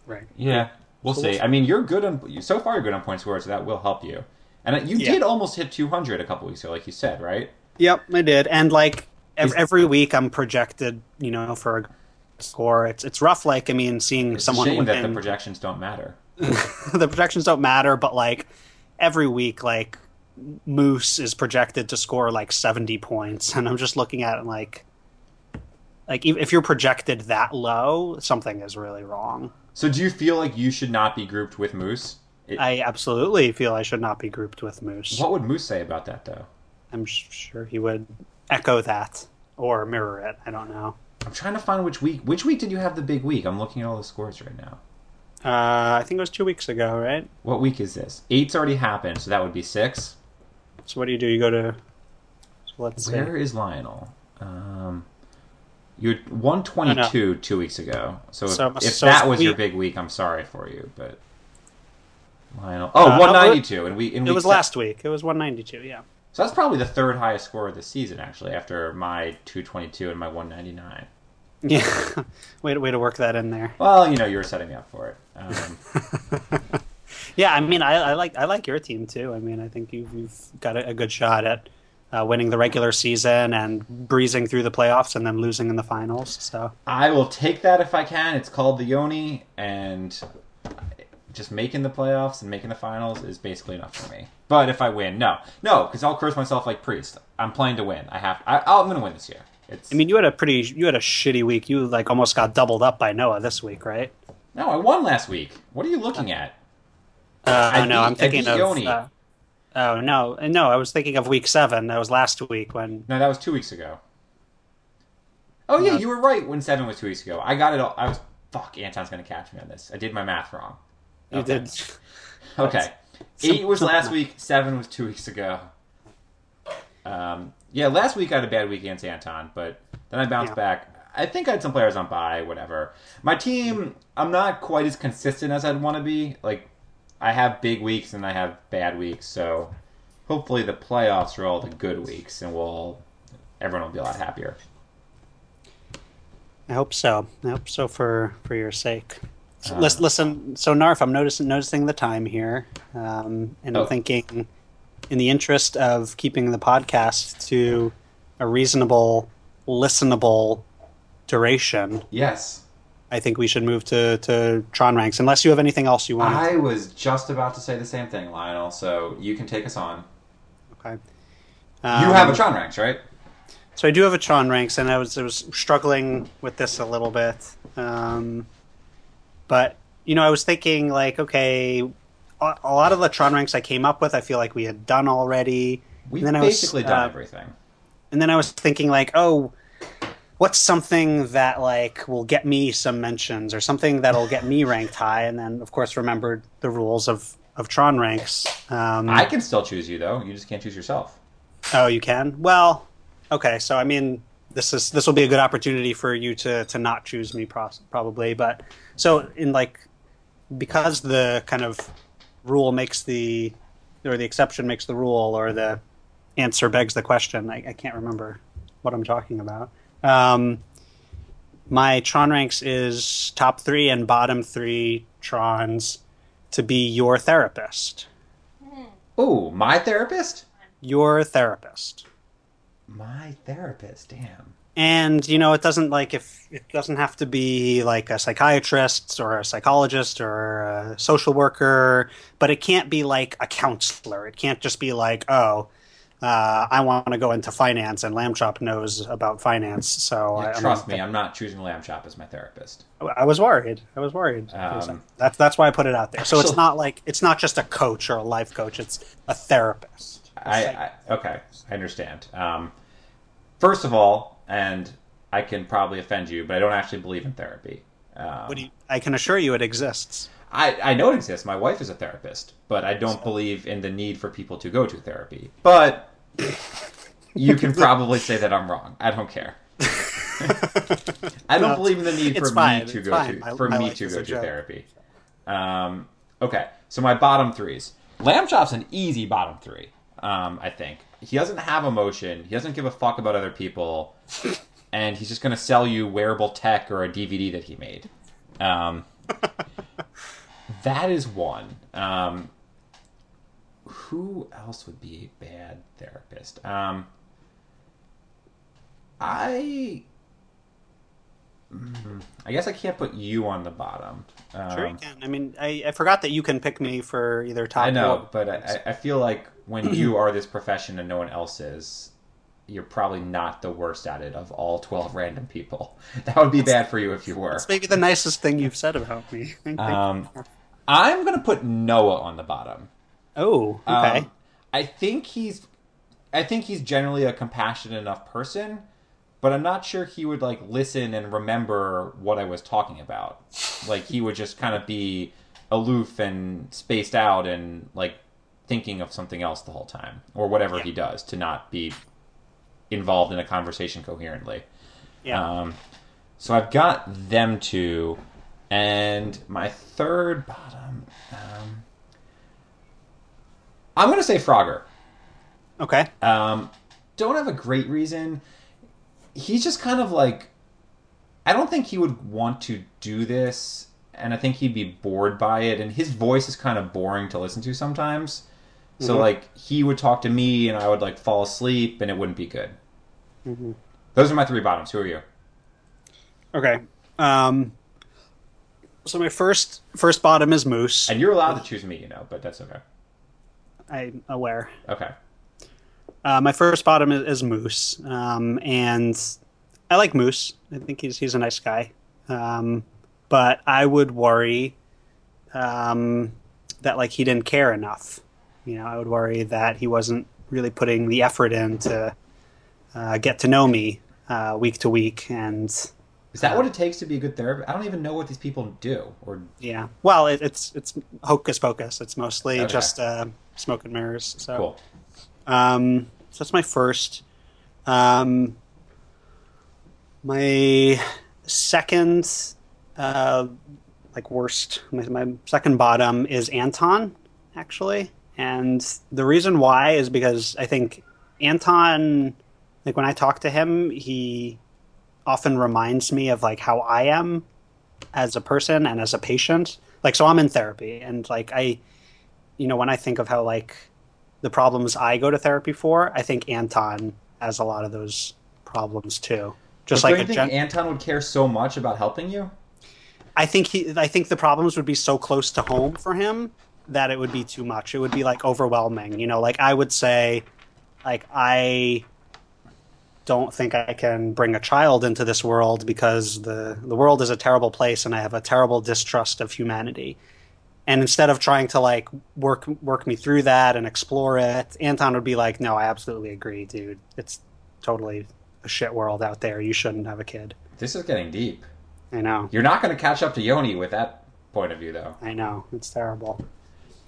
B: Right.
A: Yeah, we'll
B: So
A: see.
B: we'll-
A: I mean, you're good on so far. You're good on point scores, so that will help you. And you
B: Yeah.
A: did almost hit 200 a couple weeks ago, like you said, right?
B: Yep, I did, and like ev-
A: Is-
B: every week, I'm projected, you know, for a score. It's it's rough. Like I mean, seeing
A: It's
B: someone
A: a shame that the
B: within-
A: projections don't matter.
B: the projections don't matter, but like every week, like Moose is projected to score like 70 points, and I'm just looking at it and, like, like if if you're projected that low, something is really wrong.
A: So do you feel like you should not be grouped with Moose? It-
B: I absolutely feel I should not be grouped with Moose.
A: what would Moose say about that though?
B: I'm sh- sure he would echo that or mirror it. I don't know.
A: I'm trying to find which week. Which week did you have the big week? I'm looking at all the scores right now.
B: Uh, I think it was two weeks ago, right?
A: What week is this? Eight's already happened, so that would be six.
B: So what do you do? You go to so let's
A: Where
B: see.
A: is Lionel? Um, you're 122 two weeks ago. So,
B: Oh, So-
A: if, if
B: so
A: that was
B: we-
A: your big week, I'm sorry for you, but Lionel. Oh,
B: Uh,
A: 192, and we and
B: It
A: we
B: was last week. It was 192. Yeah.
A: So that's probably the third highest score of the season, actually, after my 222 and my 199.
B: Yeah. way to way to work that in there.
A: Well, you know, you were setting me up for it. Um,
B: Yeah, I mean, I, I like I like your team too. I mean, I think you've, you've got a, a good shot at uh, winning the regular season and breezing through the playoffs and then losing in the finals. So
A: I will take that if I can. It's called the Yoni, and just making the playoffs and making the finals is basically enough for me. But if I win, no, no, because I'll curse myself like Priest. I'm playing to win. I have. I, oh, I'm going to win this year. It's.
B: I mean, you had a pretty you had a shitty week. You like almost got doubled up by Noah this week, right?
A: no, I won last week. What are you looking at?
B: Uh,
A: I
B: oh no,
A: beat-
B: I'm
A: I
B: thinking
A: beat
B: of.
A: Yoni.
B: Uh, oh no, no, I was thinking of week seven. That was last week when.
A: No, that was two weeks ago. Oh yeah,
B: No.
A: you were right when seven was two weeks ago. I got it all. I was fuck. Anton's going to catch me on this. I did my math wrong.
B: You
A: Okay.
B: did.
A: Okay. Eight was last week. Seven was two weeks ago. Um, yeah, last week I had a bad week against Anton, but then I bounced
B: Yeah.
A: back. I think I had some players on bye, whatever. My team, I'm not quite as consistent as I'd want to be. Like, I have big weeks and I have bad weeks, so hopefully the playoffs are all the good weeks, and we'll everyone will be a lot happier.
B: I hope so. I hope so for for your sake. So,
A: Uh.
B: lis- listen, so Narf, I'm noticing noticing the time here, um, and
A: Oh.
B: I'm thinking, in the interest of keeping the podcast to a reasonable, listenable duration,
A: Yes,
B: I think we should move to to Tron ranks. Unless you have anything else you want.
A: I was just about to say the same thing, Lionel. So you can take us on.
B: Okay.
A: You have a Tron ranks, right?
B: So I do have a Tron ranks, and I was I was struggling with this a little bit, um, but you know I was thinking like, okay, a, a lot of the Tron ranks I came up with, I feel like we had done already,
A: We've
B: And then I was,
A: basically done
B: uh,
A: everything.
B: and then I was thinking like, oh, what's something that like will get me some mentions or something that'll get me ranked high, and then of course remembered the rules of of Tron ranks. Um,
A: I can still choose you though. You just can't choose yourself.
B: Oh, you can. Well, okay. So I mean, this is this will be a good opportunity for you to to not choose me pro- probably. But so in like because the kind of rule makes the or the exception makes the rule or the answer begs the question. I, I can't remember what I'm talking about. Um, my Tron ranks is top three and bottom three Trons to be your therapist.
A: Ooh, my therapist.
B: Your therapist.
A: My therapist. Damn.
B: and you know it doesn't like if it doesn't have to be like a psychiatrist or a psychologist or a social worker but it can't be like a counselor it can't just be like oh uh, i want to go into finance and lamb chop knows about finance so
A: Yeah,
B: I,
A: trust
B: I'm-
A: me, I'm not choosing lamb chop as my therapist.
B: i was worried i was worried
A: Um,
B: that's that's why i put it out there so it's
A: Actually-
B: not like it's not just a coach or a life coach it's a therapist
A: I, I okay, I understand. Um, first of all, and I can probably offend you, but I don't actually believe in therapy. Um,
B: what do you, i can assure you it exists
A: I, I know it exists. My wife is a therapist, but I don't believe in the need for people to go to therapy. But you can probably say that I'm wrong. I don't care. I don't
B: Well,
A: believe in the need for
B: it's fine,
A: me to
B: it's
A: go
B: fine.
A: to
B: I-
A: for
B: I
A: me
B: like
A: to
B: this
A: go
B: as a
A: to
B: joke.
A: therapy. Um, okay, so my bottom threes. Lamb Chop's an easy bottom three. Um, I think he doesn't have emotion. He doesn't give a fuck about other people, and he's just gonna sell you wearable tech or a DVD that he made. Um, that is one. Um, who else would be a bad therapist? Um, I. Mm, I guess I can't put you on the bottom. Um,
B: Sure, you can. I mean, I, I forgot that you can pick me for either top.
A: I know,
B: or-
A: but I, I I feel like when you are this profession and no one else is, you're probably not the worst at it of all 12 random people. That would be bad for you if you were.
B: It's maybe the nicest thing you've said about me. Thank- thank-
A: Um, I'm going to put Noah on the bottom.
B: oh,
A: Um,
B: okay.
A: I think he's I think he's generally a compassionate enough person, but I'm not sure he would like listen and remember what I was talking about. Like he would just kind of be aloof and spaced out and like thinking of something else the whole time or whatever he does to not be involved in a conversation coherently.
B: yeah.
A: Um, so I've got them two, and my third bottom. Um, I'm gonna say Frogger.
B: okay.
A: Um, don't have a great reason. He's just kind of like, I don't think he would want to do this, and I think he'd be bored by it. And his voice is kind of boring to listen to sometimes. So
B: Mhm.
A: like, he would talk to me, and I would like fall asleep, and it wouldn't be good.
B: Mhm.
A: Those are my three bottoms. Who are you?
B: Okay. Um, so my first first bottom is Moose.
A: And you're allowed to choose me, you know, but that's okay.
B: I'm aware.
A: Okay.
B: Uh, my first bottom is, is Moose, um, and I like Moose. I think he's he's a nice guy, um, but I would worry um, that like he didn't care enough. You know, I would worry that he wasn't really putting the effort in to uh, get to know me uh, week to week, and
A: Is that what it takes to be a good therapist? I don't even know what these people do. Or
B: yeah, well, it, it's it's hocus pocus. It's mostly
A: Okay.
B: just uh, smoke and mirrors. So.
A: Oh. cool.
B: Um, so that's my first. Um, my second, uh, like worst, my, my second bottom is Anton, actually. And the reason why is because I think Anton, like when I talk to him, he often reminds me of like how I am as a person and as a patient. Like, so I'm in therapy, and like I, you know, when I think of how like the problems I go to therapy for, I think Anton has a lot of those problems too. Just
A: But
B: like
A: don't
B: a
A: you
B: gen-
A: think Anton would care so much about helping you?
B: I think he, I think the problems would be so close to home for him that it would be too much. It would be like overwhelming. You know, like I would say, like I don't think I can bring a child into this world because the the world is a terrible place and I have a terrible distrust of humanity. And instead of trying to like work work me through that and explore it, Anton would be like, "No, I absolutely agree, dude. It's totally a shit world out there. You shouldn't have a kid."
A: This is getting deep.
B: I know.
A: You're not going to catch up to Yoni with that point of view, though.
B: I know it's terrible.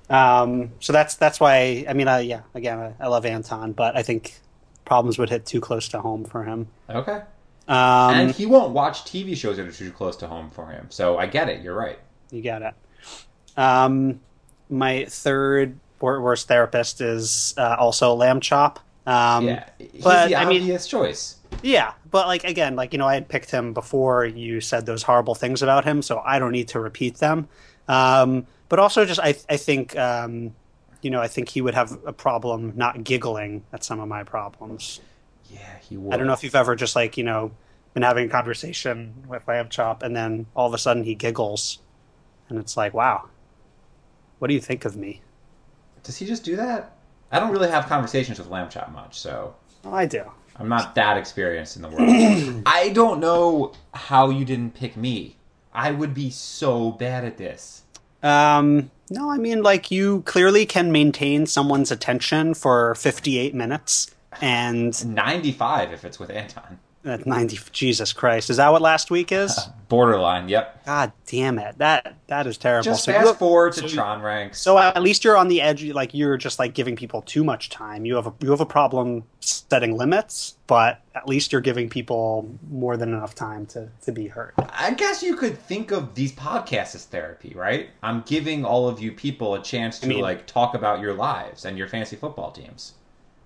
B: Um, so that's that's why I mean, uh, yeah. Again, I, I love Anton, but I think problems would hit too close to home for him.
A: Okay.
B: Um,
A: and he won't watch TV shows that are too close to home for him. So I get it. You're right.
B: you got it. Um, my third wor- worst therapist is uh, also Lamb Chop. Um,
A: yeah. He's
B: but,
A: the
B: I mean-
A: obvious choice.
B: yeah, but like again, like you know, I had picked him before you said those horrible things about him, so I don't need to repeat them. Um, but also, just I, I think, um, you know, I think he would have a problem not giggling at some of my problems.
A: Yeah, he would.
B: I don't know if you've ever just like you know been having a conversation with Lamb Chop, and then all of a sudden he giggles, and it's like, wow, what do you think of me?
A: Does he just do that? I don't really have conversations with Lamb Chop much, so
B: Well, I do.
A: I'm not that experienced in the world. I don't know how you didn't pick me. I would be so bad at this.
B: Um, no, I mean, like, you clearly can maintain someone's attention for 58 minutes, and
A: 95 if it's with Anton.
B: that's 90. Jesus Christ, is that what last week is?
A: Borderline, yep.
B: God damn it. That That is terrible.
A: Just
B: So you
A: fast
B: have-
A: forward to
B: so you-
A: Tron ranks.
B: So at least you're on the edge. you- Like you're just like giving people too much time. You have a you have a problem setting limits, but at least you're giving people more than enough time to to be heard.
A: I guess you could think of these podcasts as therapy, right? I'm giving all of you people a chance to
B: mean-
A: like talk about your lives and your fantasy football teams.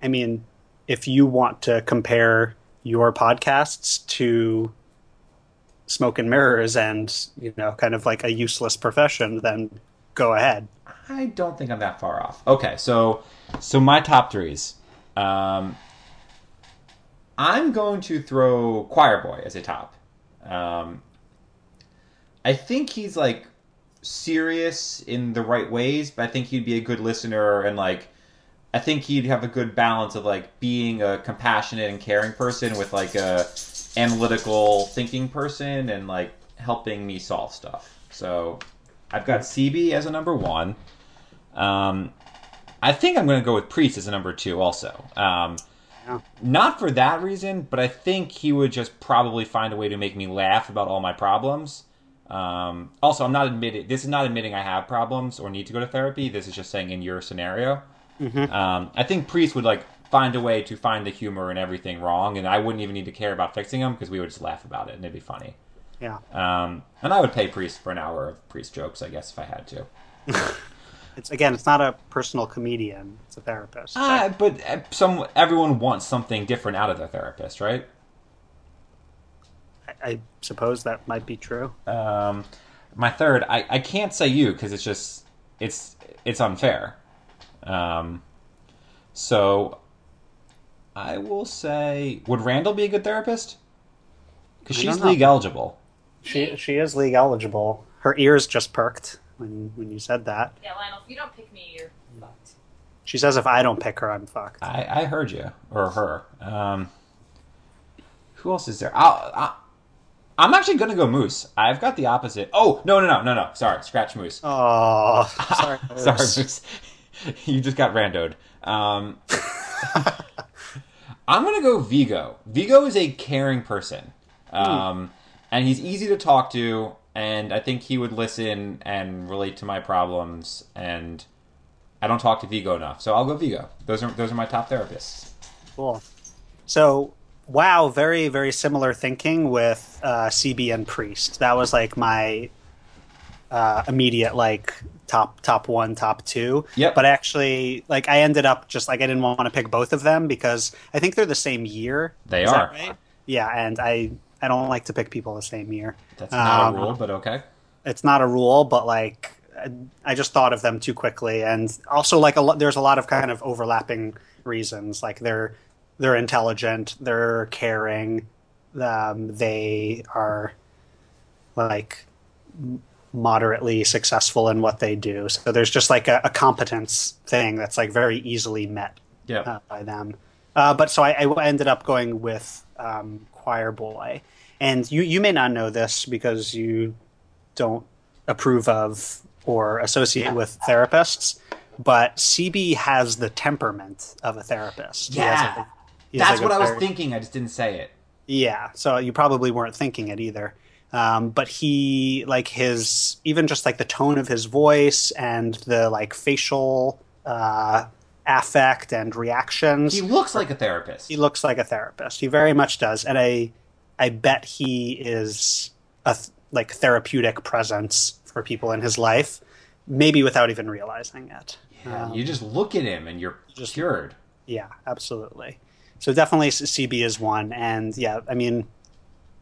B: I mean, if you want to compare your podcasts to smoke and mirrors and, you know, kind of like a useless profession, then go ahead.
A: I don't think I'm that far off. Okay, so so my top threes. Um, I'm going to throw Choir Boy as a top. Um, I think he's like serious in the right ways, but I think he'd be a good listener and like I think he'd have a good balance of like being a compassionate and caring person with like a analytical thinking person and like helping me solve stuff. So I've got CB as a number one. Um, I think I'm going to go with Priest as a number two also. Um,
B: Yeah.
A: Not for that reason, but I think he would just probably find a way to make me laugh about all my problems. Um, also, I'm not admitting this is not admitting I have problems or need to go to therapy. This is just saying in your scenario. Um, I think Priest would like find a way to find the humor in everything wrong, and I wouldn't even need to care about fixing them because we would just laugh about it and it'd be funny.
B: Yeah.
A: Um, and I would pay Priest for an hour of Priest jokes, I guess, if I had to.
B: It's again, it's not a personal comedian; it's a therapist.
A: Uh, but uh, some everyone wants something different out of their therapist, right?
B: I, I suppose that might be true.
A: Um, my third, I, I can't say you because it's just it's it's unfair. Um, so I will say, would Randall be a good therapist? Because
B: I don't
A: she's
B: know.
A: league eligible.
B: She she is league eligible. Her ears just perked when when you said that.
D: Yeah, Lionel, if you don't pick me, you're fucked.
B: She says, "If I don't pick her, I'm fucked."
A: I, I heard you or her. Um, who else is there? I'll, I, I'm actually gonna go Moose. I've got the opposite. Oh no no no no no! Sorry, scratch Moose.
B: Oh, sorry,
A: Sorry, Moose. you just got randoed. Um, I'm gonna go Vigo. Vigo is a caring person, um, and he's easy to talk to. And I think he would listen and relate to my problems. And I don't talk to Vigo enough, so I'll go Vigo. Those are those are my top therapists.
B: Cool. So, wow, very very similar thinking with uh, CB and Priest. That was like my uh, immediate like top top one top two.
A: Yep.
B: But actually, like I ended up just like I didn't want to pick both of them because I think they're the same year.
A: They
B: Is that
A: are.
B: right? Yeah, and I I don't like to pick people the same year.
A: That's not
B: Um,
A: a rule, but okay.
B: it's not a rule, but like I- I just thought of them too quickly, and also like a lot, there's a lot of kind of overlapping reasons. Like they're they're intelligent, they're caring, um, they are like m- moderately successful in what they do. So there's just like a, a competence thing that's like very easily met
A: Yeah.
B: uh, by them. Uh, but so I, I ended up going with um, Choir Boy, and you you may not know this because you don't approve of or associate with therapists, but CB has the temperament of a therapist. He has, like,
A: Yeah.
B: he has,
A: That's
B: like,
A: what
B: a
A: I was
B: very-
A: thinking. I just didn't say it.
B: yeah, so you probably weren't thinking it either. Um, but he, like his, even just like the tone of his voice and the like facial uh, affect and reactions
A: He looks like a therapist.
B: he looks like a therapist. He very much does, and I I bet he is a th- like therapeutic presence for people in his life, maybe without even realizing it.
A: Yeah,
B: Um,
A: you just look at him and you're
B: Just-
A: cured.
B: yeah, absolutely. So definitely C- CB is one, and yeah, I mean,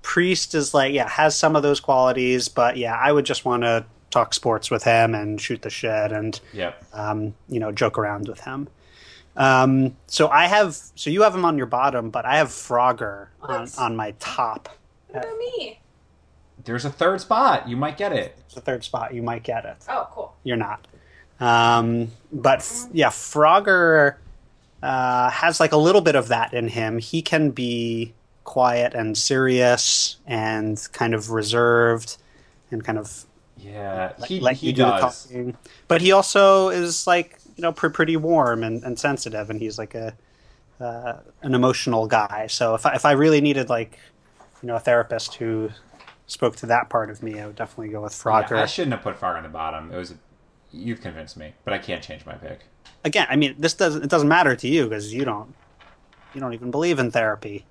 B: Priest is like yeah has some of those qualities, but yeah, I would just want to talk sports with him and shoot the shit and
A: Yep.
B: um, you know, joke around with him. Um, so I have, so you have him on your bottom, but I have Frogger on,
D: What?
B: on my top.
D: What about me?
A: There's a third spot. You might get it.
B: It's the third spot. You might get it.
D: Oh, cool.
B: You're not. Um, but f- yeah, Frogger uh, has like a little bit of that in him. He can be quiet and serious and kind of reserved and kind of
A: Yeah,
B: let,
A: he,
B: let
A: he
B: you do the
A: does.
B: talking. But he also is like you know pr- pretty warm and, and sensitive, and he's like a uh, an emotional guy. So if I, if I really needed like you know a therapist who spoke to that part of me, I would definitely go with Frogger.
A: Yeah, I shouldn't have put Frogger on the bottom. It was you've convinced me, but I can't change my pick.
B: Again, I mean this doesn't it doesn't matter to you because you don't you don't even believe in therapy.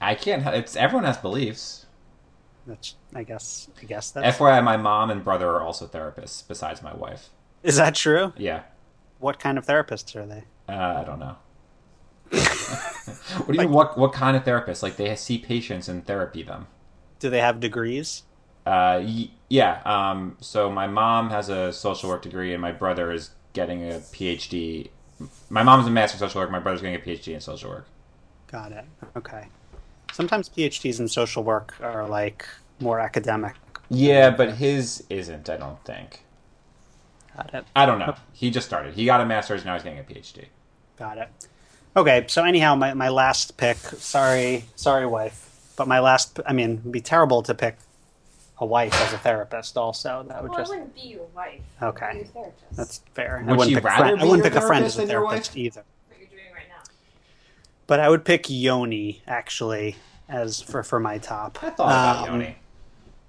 A: I can't. ha- It's everyone has beliefs.
B: That's I guess I guess that's
A: FYI, my mom and brother are also therapists besides my wife.
B: is that true?
A: Yeah,
B: What kind of therapists are they?
A: uh, I don't know. what do you mean? What what kind of therapist? Like they see patients and therapy them.
B: Do they have degrees?
A: Uh, y- yeah. Um, so my mom has a social work degree, and my brother is getting a PhD. My mom's a master in social work. My brother's getting a PhD in social work.
B: Got it. Okay. Sometimes PhDs in social work are like more academic.
A: Yeah, but his isn't. I don't think.
B: Got it.
A: I don't know. He just started. He got a master's. Now he's getting a PhD.
B: Got it. Okay, so anyhow, my, my last pick. Sorry, sorry, wife, but my last. I mean, it'd be terrible to pick a wife as a therapist. Also, that would
D: Well,
B: just
D: I wouldn't be your wife. I'd be
B: okay.
D: your therapist.
B: That's fair. I
A: Would
B: wouldn't
A: you
B: pick, a
A: rather
B: friend.
A: be
B: I wouldn't
A: your
B: pick a friend as
A: therapist
B: a
A: than your
B: therapist either.
D: what you're doing right now.
B: But I would pick Yoni actually as for for my top.
A: I thought about
B: Um,
A: Yoni.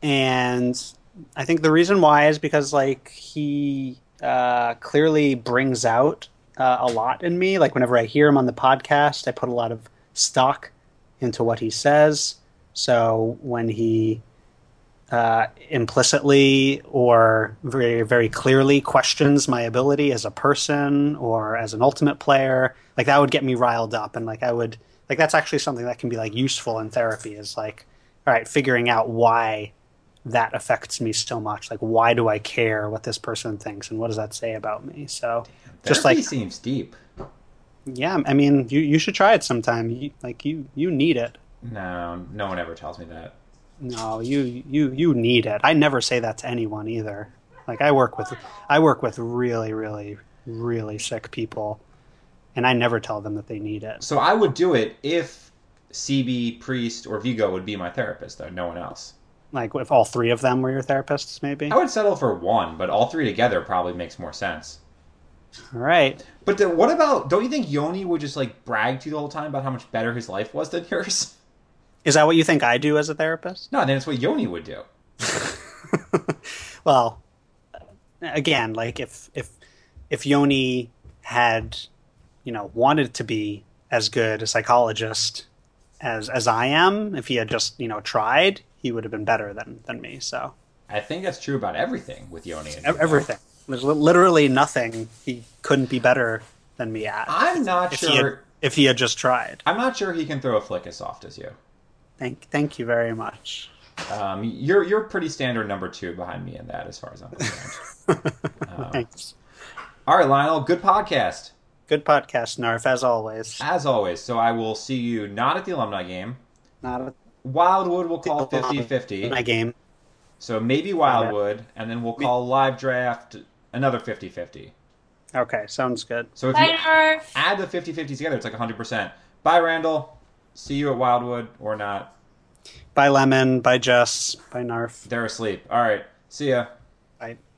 B: and I think the reason why is because like he uh, clearly brings out uh, a lot in me. Like whenever I hear him on the podcast, I put a lot of stock into what he says. So when he uh, implicitly or very very clearly questions my ability as a person or as an ultimate player, like that would get me riled up, and like I would like that's actually something that can be like useful in therapy. Is like all right, figuring out why that affects me so much. Like, why do I care what this person thinks, and what does that say about me? So, just
A: Therapy
B: like,
A: seems deep.
B: yeah, I mean, you you should try it sometime. You, like, you you need it.
A: No, no one ever tells me that.
B: No, you you you need it. I never say that to anyone either. Like, I work with I work with really really really sick people, and I never tell them that they need it.
A: So I would do it if CB Priest or Vigo would be my therapist, though no one else.
B: Like, if all three of them were your therapists, maybe.
A: I would settle for one, but all three together probably makes more sense.
B: All right.
A: But then what about? Don't you think Yoni would just like brag to you the whole time about how much better his life was than yours?
B: Is that what you think I do as a therapist?
A: No, then it's what Yoni would do.
B: well, again, like if if if Yoni had, you know, wanted to be as good a psychologist as as I am, if he had just you know tried, he would have been better than than me. So
A: I think that's true about everything with Yoni. And
B: ev- everything, there's li- literally nothing he couldn't be better than me at
A: I'm not
B: if he had,
A: sure.
B: if he had just tried.
A: I'm not sure he can throw a flick as soft as you.
B: Thank thank you very much.
A: Um, you're you're pretty standard number two behind me in that, as far as I'm concerned. um,
B: Thanks.
A: all right, Lionel. Good podcast
B: Good podcast, Narf, as always.
A: as always. So I will see you not at the alumni game.
B: Not a
A: Wildwood will call 50-50.
B: my game.
A: So maybe Wildwood, and then we'll call live draft another 50-50.
B: Okay, sounds good.
A: So if you
D: Bye, Nerf.
A: add the 50-50s together, it's like 100%. Bye, Randall. See you at Wildwood or not.
B: Bye, Lemon. Bye, Jess. Bye, Narf.
A: They're asleep. All right. See ya.
B: Bye.